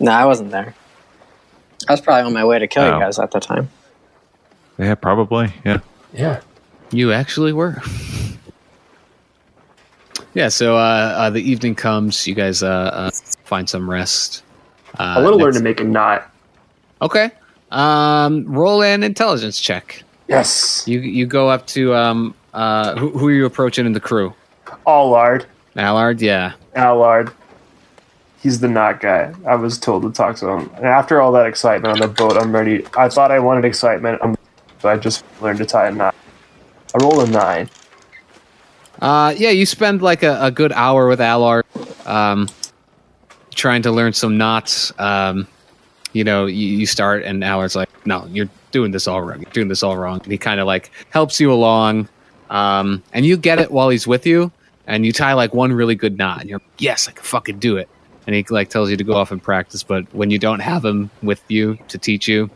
S8: No, I wasn't there. I was probably on my way to kill
S7: Oh.
S8: you guys at the time.
S7: Yeah, probably. Yeah.
S4: Yeah.
S3: you actually were [LAUGHS] yeah so uh, uh, the evening comes you guys uh, uh, find some rest uh,
S4: I want to learn
S3: next-
S4: to make a knot.
S3: okay um, roll an intelligence check
S4: Yes.
S3: You you go up to um uh who, who are you approaching in the crew?
S4: Allard.
S3: Allard, yeah.
S4: Allard. He's the knot guy. I was told to talk to him. And after all that excitement on the boat, I'm ready. I thought I wanted excitement, I'm, so I just learned to tie a knot. I rolled a nine.
S3: Uh yeah, you spend like a, a good hour with Allard um trying to learn some knots. Um you know, you, you start and Allard's like, No, you're doing this all wrong. You're doing this all wrong. And he kinda like helps you along. Um and you get it while he's with you and you tie like one really good knot and you're like, Yes, I can fucking do it. And he like tells you to go off and practice, but when you don't have him with you to teach you,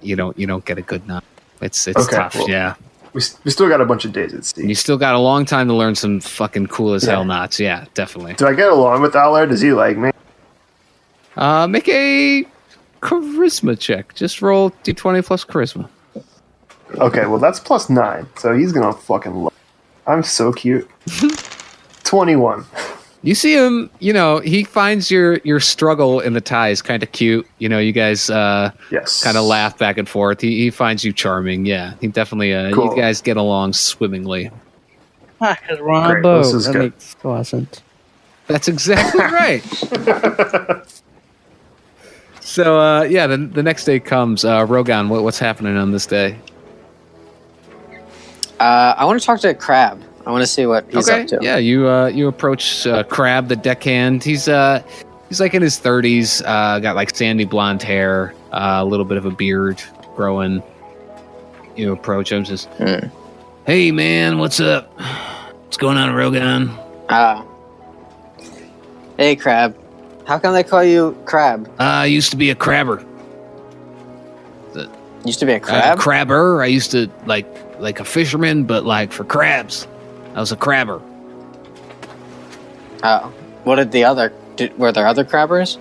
S3: you don't you don't get a good knot. It's it's
S4: Okay,
S3: tough,
S4: well-
S3: yeah.
S4: We, s- we still got a bunch of days at
S3: And
S4: sea.
S3: you still got a long time to learn some fucking cool as hell
S4: Yeah.
S3: knots. Yeah, definitely.
S4: Do I get along with Allard? Does he like me?
S3: Uh, make a charisma check. Just roll d20 plus charisma.
S4: Okay, well that's plus nine, so he's gonna fucking love. I'm so cute. Twenty-one.
S3: You see him, you know, he finds your your struggle in the ties kind of cute. You know, you guys uh,
S4: Yes.
S3: kind of laugh back and forth. He, he finds you charming. Yeah, he definitely, uh,
S4: Cool.
S3: you guys get along swimmingly.
S5: Ah, because we're on
S4: Great,
S5: a boat.
S4: this is
S5: that
S4: good.
S5: makes a lot of sense. [LAUGHS]
S3: That's exactly right. so, uh, yeah, the, the next day comes. Uh, Rogan, what, what's happening on this day?
S8: Uh, I want to talk to Crab. I want to see what he's
S3: okay.
S8: up to.
S3: Yeah, you uh, you approach uh, Crab, the deckhand. He's uh he's like in his thirties. Uh, got like sandy blonde hair, uh, a little bit of a beard growing. You approach him, says,
S8: Hmm.
S3: "Hey, man, what's up? What's going on, Rogan?"
S8: Ah. hey, Crab. How come they call you Crab?
S3: Uh, I used to be a crabber,
S8: Used to be a
S3: crab?
S8: crab.
S3: a crabber. I used to like like a fisherman, but like for crabs. I was a crabber.
S8: oh, what did the other? Did, were there other crabbers?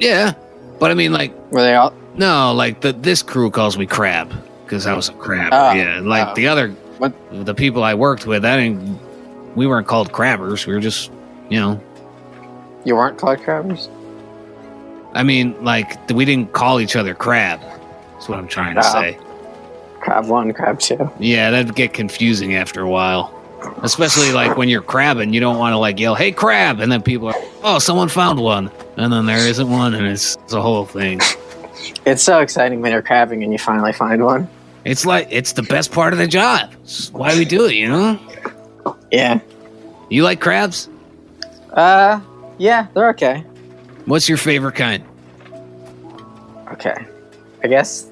S3: Yeah, but I mean, like
S8: Were they all?
S3: No, like the this crew calls me Crab because I was a crab.
S8: Oh,
S3: yeah, like
S8: oh.
S3: the other,
S8: What-
S3: the people I worked with, I didn't
S9: we weren't called crabbers. We were just, you know,
S8: You weren't called crabbers?
S9: I mean, like th- we didn't call each other crab. That's what I'm trying to
S8: Ah.
S9: say.
S8: Crab one, crab two.
S9: Yeah, that'd get confusing after a while, especially like when you're crabbing. You don't want to like yell, "Hey, crab!" and then people are, "Oh, someone found one," and then there isn't one, and it's, it's a whole thing.
S8: It's so exciting when you're crabbing and you finally find one.
S9: It's like it's the best part of the job. It's why we do it, you know?
S8: Yeah.
S9: You like crabs?
S8: Uh, yeah, they're okay.
S9: What's your favorite kind?
S8: Okay. I guess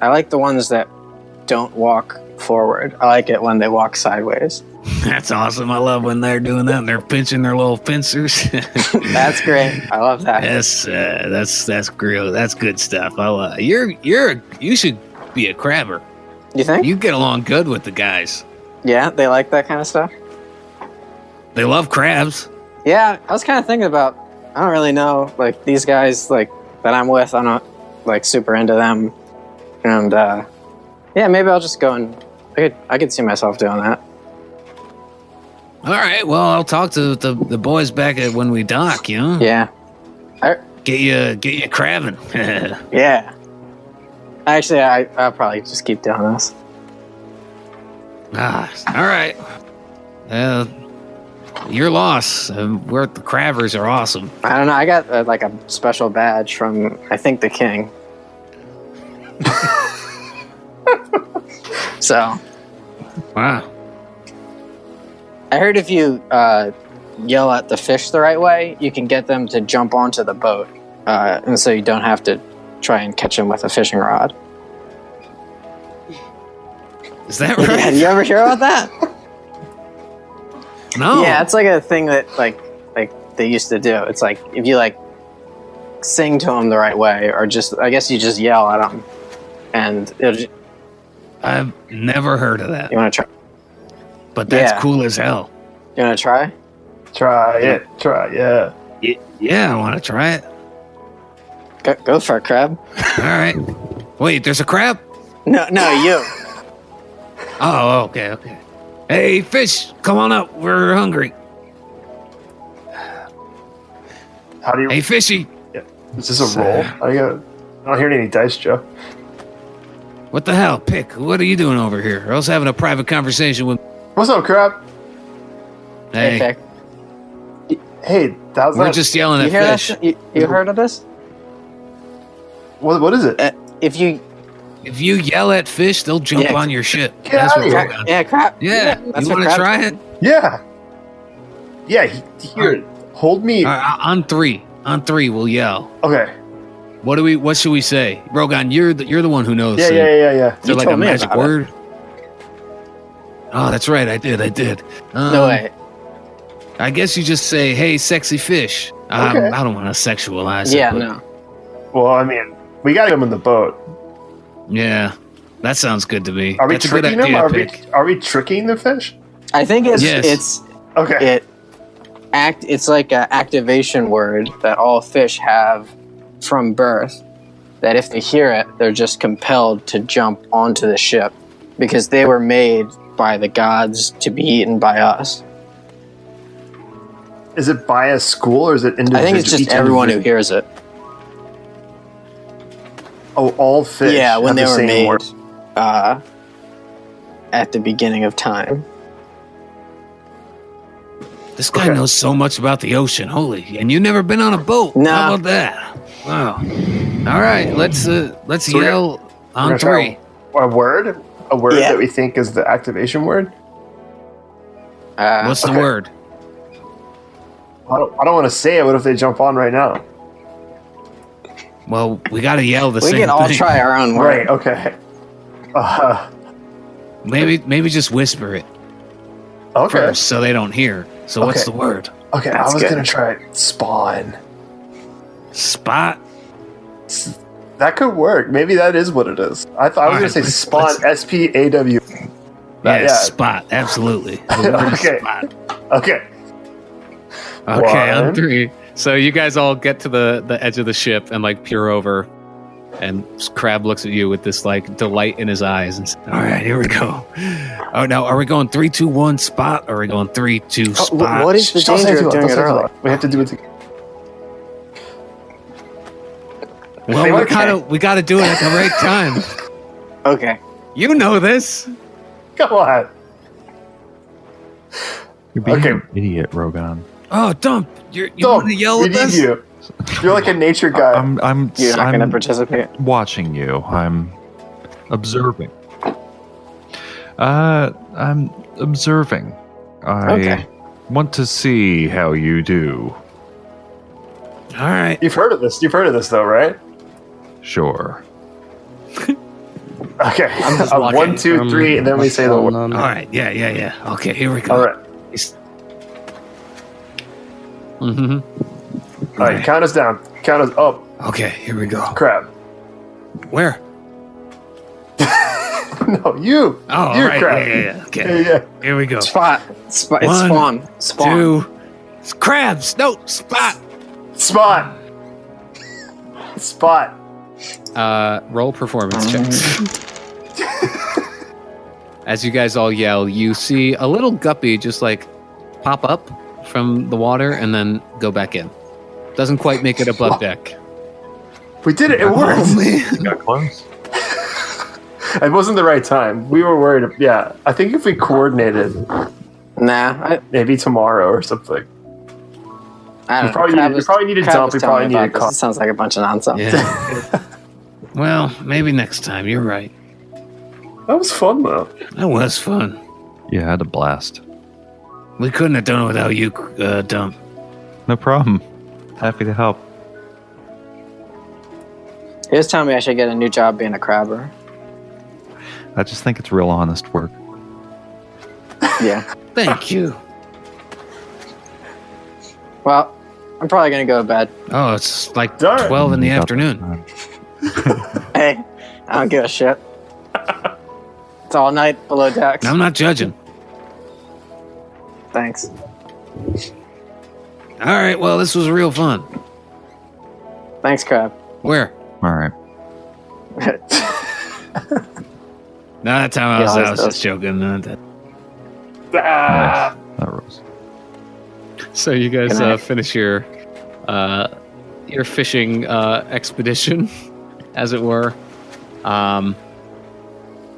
S8: I like the ones that don't walk forward. I like it when they walk sideways.
S9: [LAUGHS] That's awesome. I love when they're doing that. and They're pinching their little pincers. [LAUGHS]
S8: That's great. I love that.
S9: That's uh, that's that's grill. That's good stuff. I uh, you're you're you should be a crabber.
S8: You think?
S9: You get along good with the guys.
S8: yeah, they like that kind of stuff.
S9: They love crabs.
S8: Yeah, I was kind of thinking about. I don't really know, like these guys, like that I'm with. I'm not like super into them, and uh, yeah, maybe I'll just go and I could I could see myself doing that.
S9: All right. Well, I'll talk to the, the boys back at when we dock. You know,
S8: Yeah,
S9: get you get you crabbing. [LAUGHS]
S8: yeah. Actually, I I'll probably just keep doing this.
S9: ah, all right. Uh, your loss. Um, we're the crabbers are awesome. [LAUGHS]
S8: I don't know. I got uh, like a special badge from I think the king. so
S9: Wow.
S8: I heard if you uh, yell at the fish the right way, you can get them to jump onto the boat, uh, and so you don't have to try and catch them with a fishing rod. [LAUGHS]
S9: Is that
S8: Have
S9: right?
S8: you ever hear about that?
S9: No.
S8: Yeah, it's like a thing that like like they used to do. It's like if you like sing to them the right way, or just I guess you just yell at them, and it'll ju-
S9: I've never heard of that.
S8: you want to try.
S9: But that's
S8: Yeah.
S9: cool as hell.
S8: You want to try?
S4: Try it. Try yeah.
S9: Y- yeah, I want to try it.
S8: Go, go for it, crab.
S9: All right. Wait, there's a crab?
S8: No, no, you.
S9: Oh, okay, okay. Hey, fish, come on up. We're hungry.
S4: How do you?
S9: Hey, fishy,
S4: is this a roll? How do you, I don't hear any dice, Joe.
S9: what the hell? Pick, what are you doing over here? I was having a private conversation with.
S4: What's up, crap?
S9: Hey,
S8: Okay.
S4: Hey, that was
S9: we're
S4: not-
S9: just yelling
S8: You
S9: at
S8: hear
S9: fish.
S8: that? You, you heard of this?
S4: What, what is it?
S8: Uh, If you
S9: If you yell at fish, they'll jump
S8: Yeah.
S9: on your ship.
S4: Get
S9: That's
S4: outta
S9: what
S4: here.
S9: we're doing.
S8: Yeah, crap.
S9: Yeah,
S8: that's
S9: you
S8: what
S9: want
S8: crabs
S9: to try
S8: do.
S9: it?
S4: Yeah. Yeah. He, here, hold me.
S9: All right, on three, on three, we'll yell.
S4: Okay.
S9: What do we? What should we say, Rogan? You're the, you're the one who knows.
S4: Yeah,
S9: so-
S4: yeah, yeah, yeah.
S9: Is there
S8: You
S9: like a
S8: told me
S9: magic
S8: about it.
S9: word? Oh, that's right. I did. I did. Um,
S8: No way.
S9: I guess you just say, "Hey, sexy fish." Um,
S4: Okay.
S9: I don't want to sexualize.
S8: Yeah,
S9: it, but-
S8: no.
S4: Well, I mean, we got him in the boat.
S9: Yeah, that sounds good to me.
S4: Are we
S9: That's a good
S4: tricking him?
S9: idea,
S4: Are we,
S9: Pick.
S4: are we tricking the fish?
S8: I think it's
S9: Yes.
S8: it's
S4: Okay.
S8: it act. It's like an activation word that all fish have from birth. That if they hear it, they're just compelled to jump onto the ship because they were made by the gods to be eaten by us.
S4: Is it by a school or is it individual?
S8: I think it's just
S4: each
S8: everyone who
S4: individual-
S8: hears it.
S4: Oh, all fish.
S8: yeah, when
S4: have
S8: they
S4: the
S8: were
S4: same
S8: made
S4: word.
S8: uh, at the beginning of time.
S9: This guy
S4: Okay.
S9: knows so much about the ocean. Holy! And you've never been on a boat.
S8: No.
S9: How about that? Wow. All right, let's uh, let's
S4: So we're gonna-
S9: yell
S4: we're
S9: on
S4: gonna try
S9: three.
S4: A word? A word
S8: Yeah.
S4: that we think is the activation word?
S8: Uh,
S9: What's
S4: okay.
S9: the word?
S4: I don't, I don't want to say it. What if they jump on right now?
S9: Well, we got to yell the
S8: we
S9: same
S8: can all
S9: thing.
S8: try our own word.
S4: Right, okay. Uh,
S9: Maybe maybe just whisper it
S4: okay.
S9: first so they don't hear. So what's
S4: Okay.
S9: the word?
S4: Okay, I
S8: That's
S4: was
S8: good.
S4: going to try spawn.
S9: Spot.
S4: S- That could work. Maybe that is what it is. I thought I was
S9: All
S4: going
S9: right,
S4: to say
S9: let's-
S4: spawn,
S9: let's-
S4: S P A W.
S9: Yeah,
S4: Yeah. [LAUGHS]
S9: spot. Absolutely. The word
S4: Okay.
S9: spot.
S4: Okay.
S3: Okay, on
S4: One.
S3: three. So you guys all get to the the edge of the ship and like peer over, And Crab looks at you with this like delight in his eyes and says, All right, here we go. Oh, now are we going three, two, one spot? Or are we going three, two,
S4: Oh,
S3: spot?
S4: wh- what is the
S8: Don't say too
S4: danger of
S8: loud,
S4: doing
S8: don't
S4: it
S8: say too
S4: early?
S8: loud.
S4: We have to do it. together.
S3: well, we
S4: Okay.
S3: gotta, we gotta do it at the right
S4: [LAUGHS]
S3: time.
S8: Okay.
S3: You know this.
S4: Come on.
S7: You're being
S4: Okay.
S7: an idiot, Rogan.
S3: Oh, dump! You're, you
S4: Don't.
S3: want to yell
S4: we
S3: at
S4: need
S3: us?
S4: you. You're like a nature guy.
S7: I'm I'm
S8: You're not going to
S7: I'm
S8: participate.
S7: watching you. I'm observing. Uh, I'm observing. I
S8: Okay.
S7: want to see how you do.
S3: All right.
S4: You've heard of this. You've heard of this, though, right?
S7: Sure.
S4: Okay.
S5: just
S4: [LAUGHS] Uh,
S5: walking
S4: one, two,
S5: from
S4: three, and then we say the
S5: Barcelona.
S4: word.
S5: No, no.
S6: All right, yeah, yeah, yeah. Okay, here we go.
S4: All right.
S5: Mm-hmm.
S3: hmm
S4: All right. Count us down. Count us up.
S6: Okay, here we go.
S4: Crab.
S6: Where?
S4: [LAUGHS] No, you.
S6: Oh,
S4: You're
S6: all right.
S4: crab.
S6: Yeah, yeah, yeah.
S4: Yeah,
S6: Okay,
S4: yeah.
S6: here we go.
S8: Spot. Sp- it's
S6: One,
S8: spawn. Spawn.
S6: Two. It's crabs. No, spot.
S4: Spot. Spot.
S3: Uh, roll performance
S8: Um. [LAUGHS]
S3: checks. As you guys all yell, you see a little guppy just like pop up from the water and then go back in. Doesn't quite make it above deck.
S4: We did it. It worked. [LAUGHS]
S7: You got close.
S4: It wasn't the right time. We were worried. Yeah. I think if we coordinated,
S8: Nah. I,
S4: maybe tomorrow or something.
S8: I don't
S4: probably
S8: know.
S4: need-
S8: Crab
S4: you
S8: was-
S4: probably need to
S8: Crab
S4: dump,
S8: was
S4: you
S8: telling
S4: probably
S8: me
S4: need to
S8: about this.
S4: cut.
S8: It sounds like a bunch of nonsense.
S3: Yeah.
S6: Well, maybe next time. You're right.
S4: That was fun, though.
S6: That was fun.
S7: You had a blast.
S6: We couldn't have done it without you, uh, Dump.
S7: No problem. Happy to help.
S8: He was telling me I should get a new job being a crabber.
S7: I just think it's real honest work.
S8: Yeah.
S6: Thank you.
S8: Well, I'm probably going to go to bed.
S6: Oh, it's like
S4: Darn.
S6: 12 in the
S7: You got
S6: afternoon.
S8: Hey, I don't give a shit. it's all night below decks.
S6: I'm not judging.
S8: Thanks.
S6: All right, well, this was real fun.
S8: Thanks, Crab.
S6: Where?
S7: All right.
S6: [LAUGHS] No, that time I
S8: Yeah,
S6: was,
S8: I
S6: I was
S8: was-
S6: just joking. Uh, that-
S4: Ah.
S7: Nice. That rose.
S3: So you guys
S8: Can I-
S3: uh, finish your uh, your fishing uh, expedition, [LAUGHS] as it were. Um,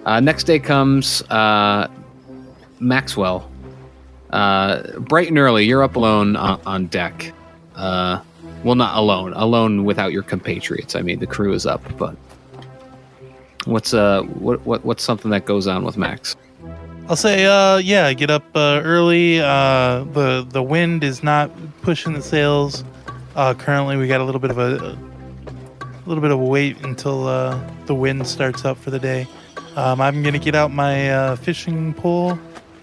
S3: uh, next day comes uh, Maxwell. Uh, bright and early, you're up alone on, on deck. Uh, well, not alone, alone without your compatriots. I mean, the crew is up, but what's uh, what, what what's something that goes on with Max?
S1: I'll say, uh, yeah, get up uh, early. Uh, the the wind is not pushing the sails. Uh, currently, we got a little bit of a, a little bit of a wait until uh, the wind starts up for the day. Um, I'm gonna get out my uh, fishing pole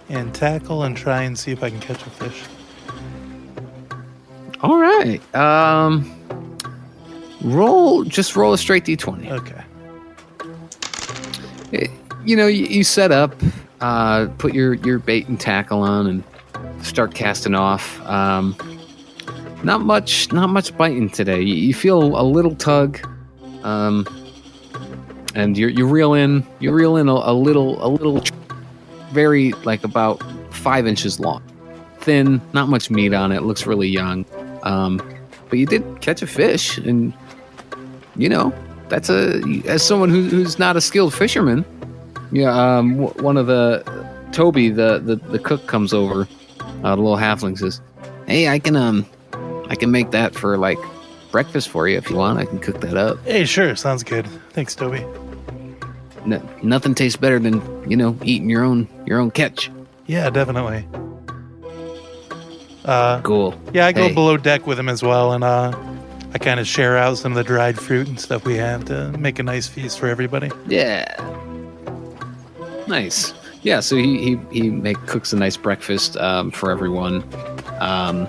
S1: and tackle and try and see if I can catch a fish.
S3: All right, um, roll just roll a straight d20.
S1: Okay.
S3: Eh, you know you, you set up uh, put your, your bait and tackle on and start casting off um, not much not much biting today you, you feel a little tug um, and you you reel in you reel in a, a little a little tr- very like about five inches long thin not much meat on it looks really young um, but you did catch a fish and you know that's a as someone who, who's not a skilled fisherman yeah, um, w- one of the Toby, the, the the cook, comes over. Uh, the little halfling says, "Hey, I can um, I can make that for like breakfast for you if you want. I can cook that up.
S1: Hey, sure, sounds good. Thanks, Toby.
S6: No, nothing tastes better than you know eating your own your own catch.
S1: Yeah, definitely. Uh,
S6: Cool.
S1: yeah, I go
S6: Hey.
S1: below deck with him as well, and uh, I kind of share out some of the dried fruit and stuff we have to make a nice feast for everybody.
S6: Yeah.
S3: Nice. Yeah. So he he he make, cooks a nice breakfast um, for everyone. Um,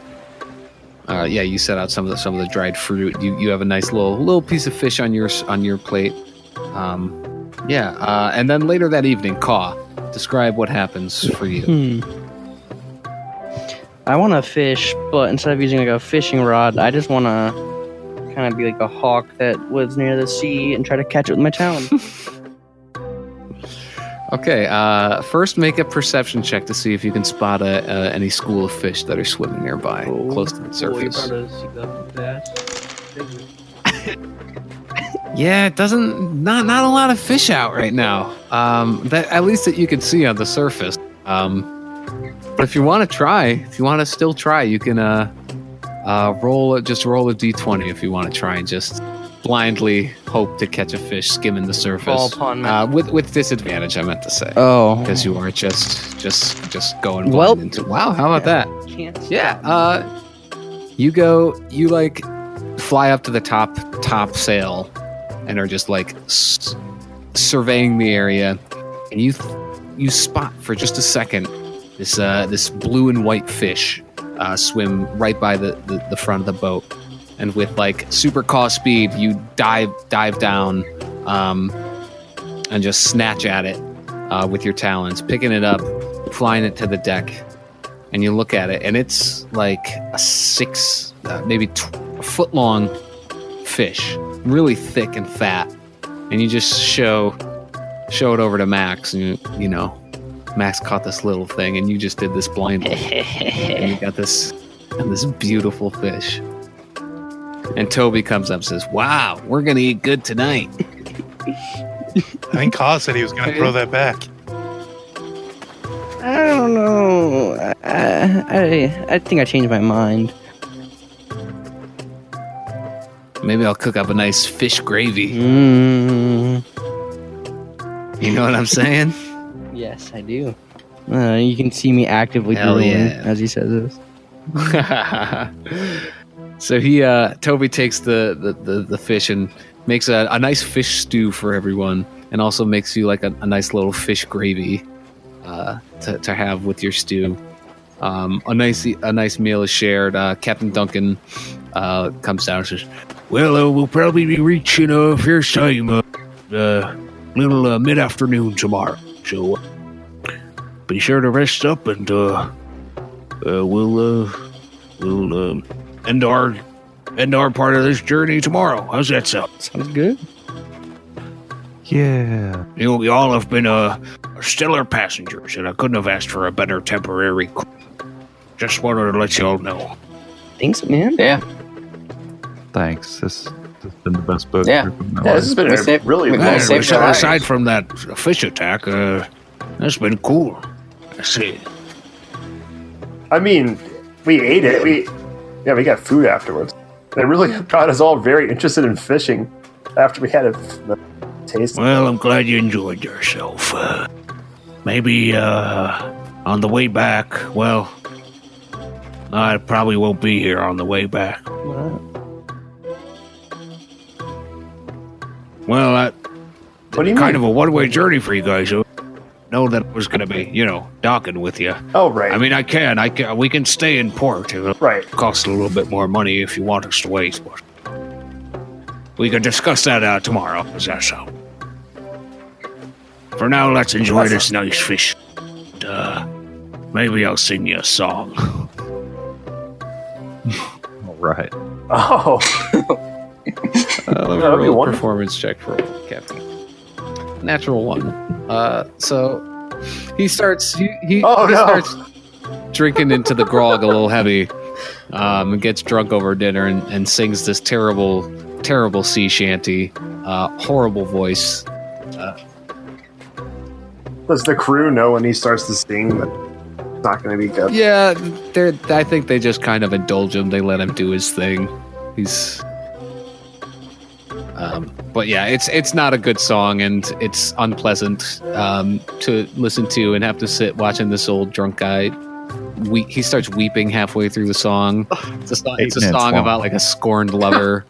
S3: uh, yeah, you set out some of the some of the dried fruit. You you have a nice little little piece of fish on your s- on your plate. Um, yeah. Uh, and then later that evening, Caw, describe what happens for you.
S5: Hmm. I want to fish, but instead of using like a fishing rod, I just want to kind of be like a hawk that lives near the sea and try to catch it with my talon.
S3: Okay, uh, first make a perception check to see if you can spot a, uh, any school of fish that are swimming nearby, close to the surface. Yeah, it doesn't not not a lot of fish out right now. Um, that at least that you can see on the surface. Um, but if you want to try, if you want to still try, you can uh, uh, roll a- just roll a d20 if you want to try and just blindly hope to catch a fish skimming the surface.
S5: upon me.
S3: uh, with with disadvantage, I meant to say
S5: Oh,
S3: because you are just just just going
S5: Well-
S3: well into wow how about that
S5: can't.
S3: yeah uh you go you like fly up to the top top sail and are just like s- surveying the area and you th- you spot for just a second this uh this blue and white fish uh swim right by the the, the front of the boat and with like super call speed you dive dive down um and just snatch at it uh, with your talons, picking it up, flying it to the deck, and you look at it, and it's like a six, uh, maybe tw- a foot long fish, really thick and fat, and you just show show it over to Max, and you, you know, Max caught this little thing, and you just did this blindly, and you got this this beautiful fish. And Toby comes up and says, Wow, we're going to eat good tonight.
S1: I think Ka said he was going to throw that back.
S5: I don't know. I, I I think I changed my mind.
S6: Maybe I'll cook up a nice fish gravy.
S5: Mm,
S6: You know what I'm saying?
S5: yes, I do. Uh, you can see me actively
S6: Hell
S5: drooling
S6: yeah.
S5: as he says this.
S3: [LAUGHS] so he uh toby takes the the, the, the fish and makes a, a nice fish stew for everyone and also makes you like a, a nice little fish gravy uh to, to have with your stew um a nice a nice meal is shared uh captain duncan uh comes down and says
S6: Well, uh, we'll probably be reaching uh, first time uh, uh, little uh, mid afternoon tomorrow. So uh, be sure to rest up and uh, uh, we'll uh, we'll um, end our end our part of this journey tomorrow. How's that sound?
S5: Sounds good.
S7: Yeah.
S6: You you all have been uh, stellar passengers, and I couldn't have asked for a better temporary. cr- Just wanted to let you all know.
S5: Thanks, man.
S8: Yeah,
S7: Thanks. This, this has been the best boat
S8: Yeah.
S7: trip of my
S4: Yeah, this has
S7: life.
S4: been
S8: We
S4: a
S8: saved-
S4: really
S8: we- we
S4: long
S8: saved
S4: trip.
S8: your
S6: aside,
S8: lives.
S6: aside from that fish attack, uh, that's been cool. I see.
S4: I mean, we ate it. We yeah, we got food afterwards. That really [LAUGHS] got us all very interested in fishing after we had a f- taste.
S6: Well, I'm glad you enjoyed yourself. Uh, maybe uh, on the way back. Well, I probably won't be here on the way back. Well, that
S4: What do you
S6: kind
S4: mean?
S6: of a one-way journey for you guys. I know that it was going to be, you know, docking with you.
S4: oh right,
S6: I mean, I can, I can. We can stay in port. It'll
S4: right.
S6: cost a little bit more money if you want us to wait. But we can discuss that uh, tomorrow. Is that so? For now, let's enjoy this nice fish. And, uh, maybe I'll sing you a song. [LAUGHS]
S7: All right.
S4: Oh,
S3: Uh, let me
S4: That'd be
S3: roll a
S4: wonderful.
S3: performance check for Captain. Natural one. Uh, so he starts. He, he,
S4: Oh,
S3: he
S4: no.
S3: starts drinking into the grog a little heavy, um, and gets drunk over dinner and, and sings this terrible, terrible sea shanty. Uh, horrible voice.
S5: Uh,
S4: does the crew know when he starts to sing that it's not going to be good?
S3: Yeah, they're, I think they just kind of indulge him. They let him do his thing. He's. Um, but yeah, it's it's not a good song, and it's unpleasant um, to listen to and have to sit watching this old drunk guy. We, he starts weeping halfway through the song. It's a song,
S7: Eight
S3: it's a
S7: minutes
S3: song
S7: long.
S3: about like a scorned lover,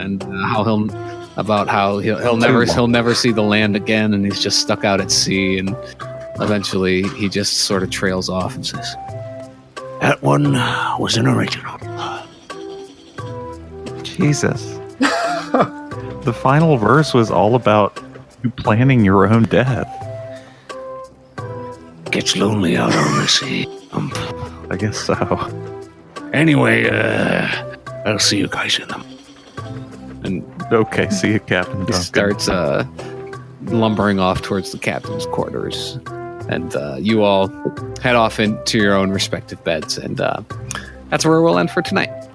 S3: and uh, how he'll about how he'll, he'll never he'll never see the land again, and he's just stuck out at sea. And eventually, he just sort of trails off and says,
S6: That one uh, was an original.
S7: Jesus. [LAUGHS] the final verse was all about you planning your own death.
S6: Gets lonely out on the sea. Um,
S7: I guess so.
S6: anyway, uh, I'll see you guys in the.
S3: and
S7: Okay, see you, Captain
S3: he
S7: Duncan.
S3: starts uh, lumbering off towards the captain's quarters. And uh, you all head off into your own respective beds. And uh, that's where we'll end for tonight.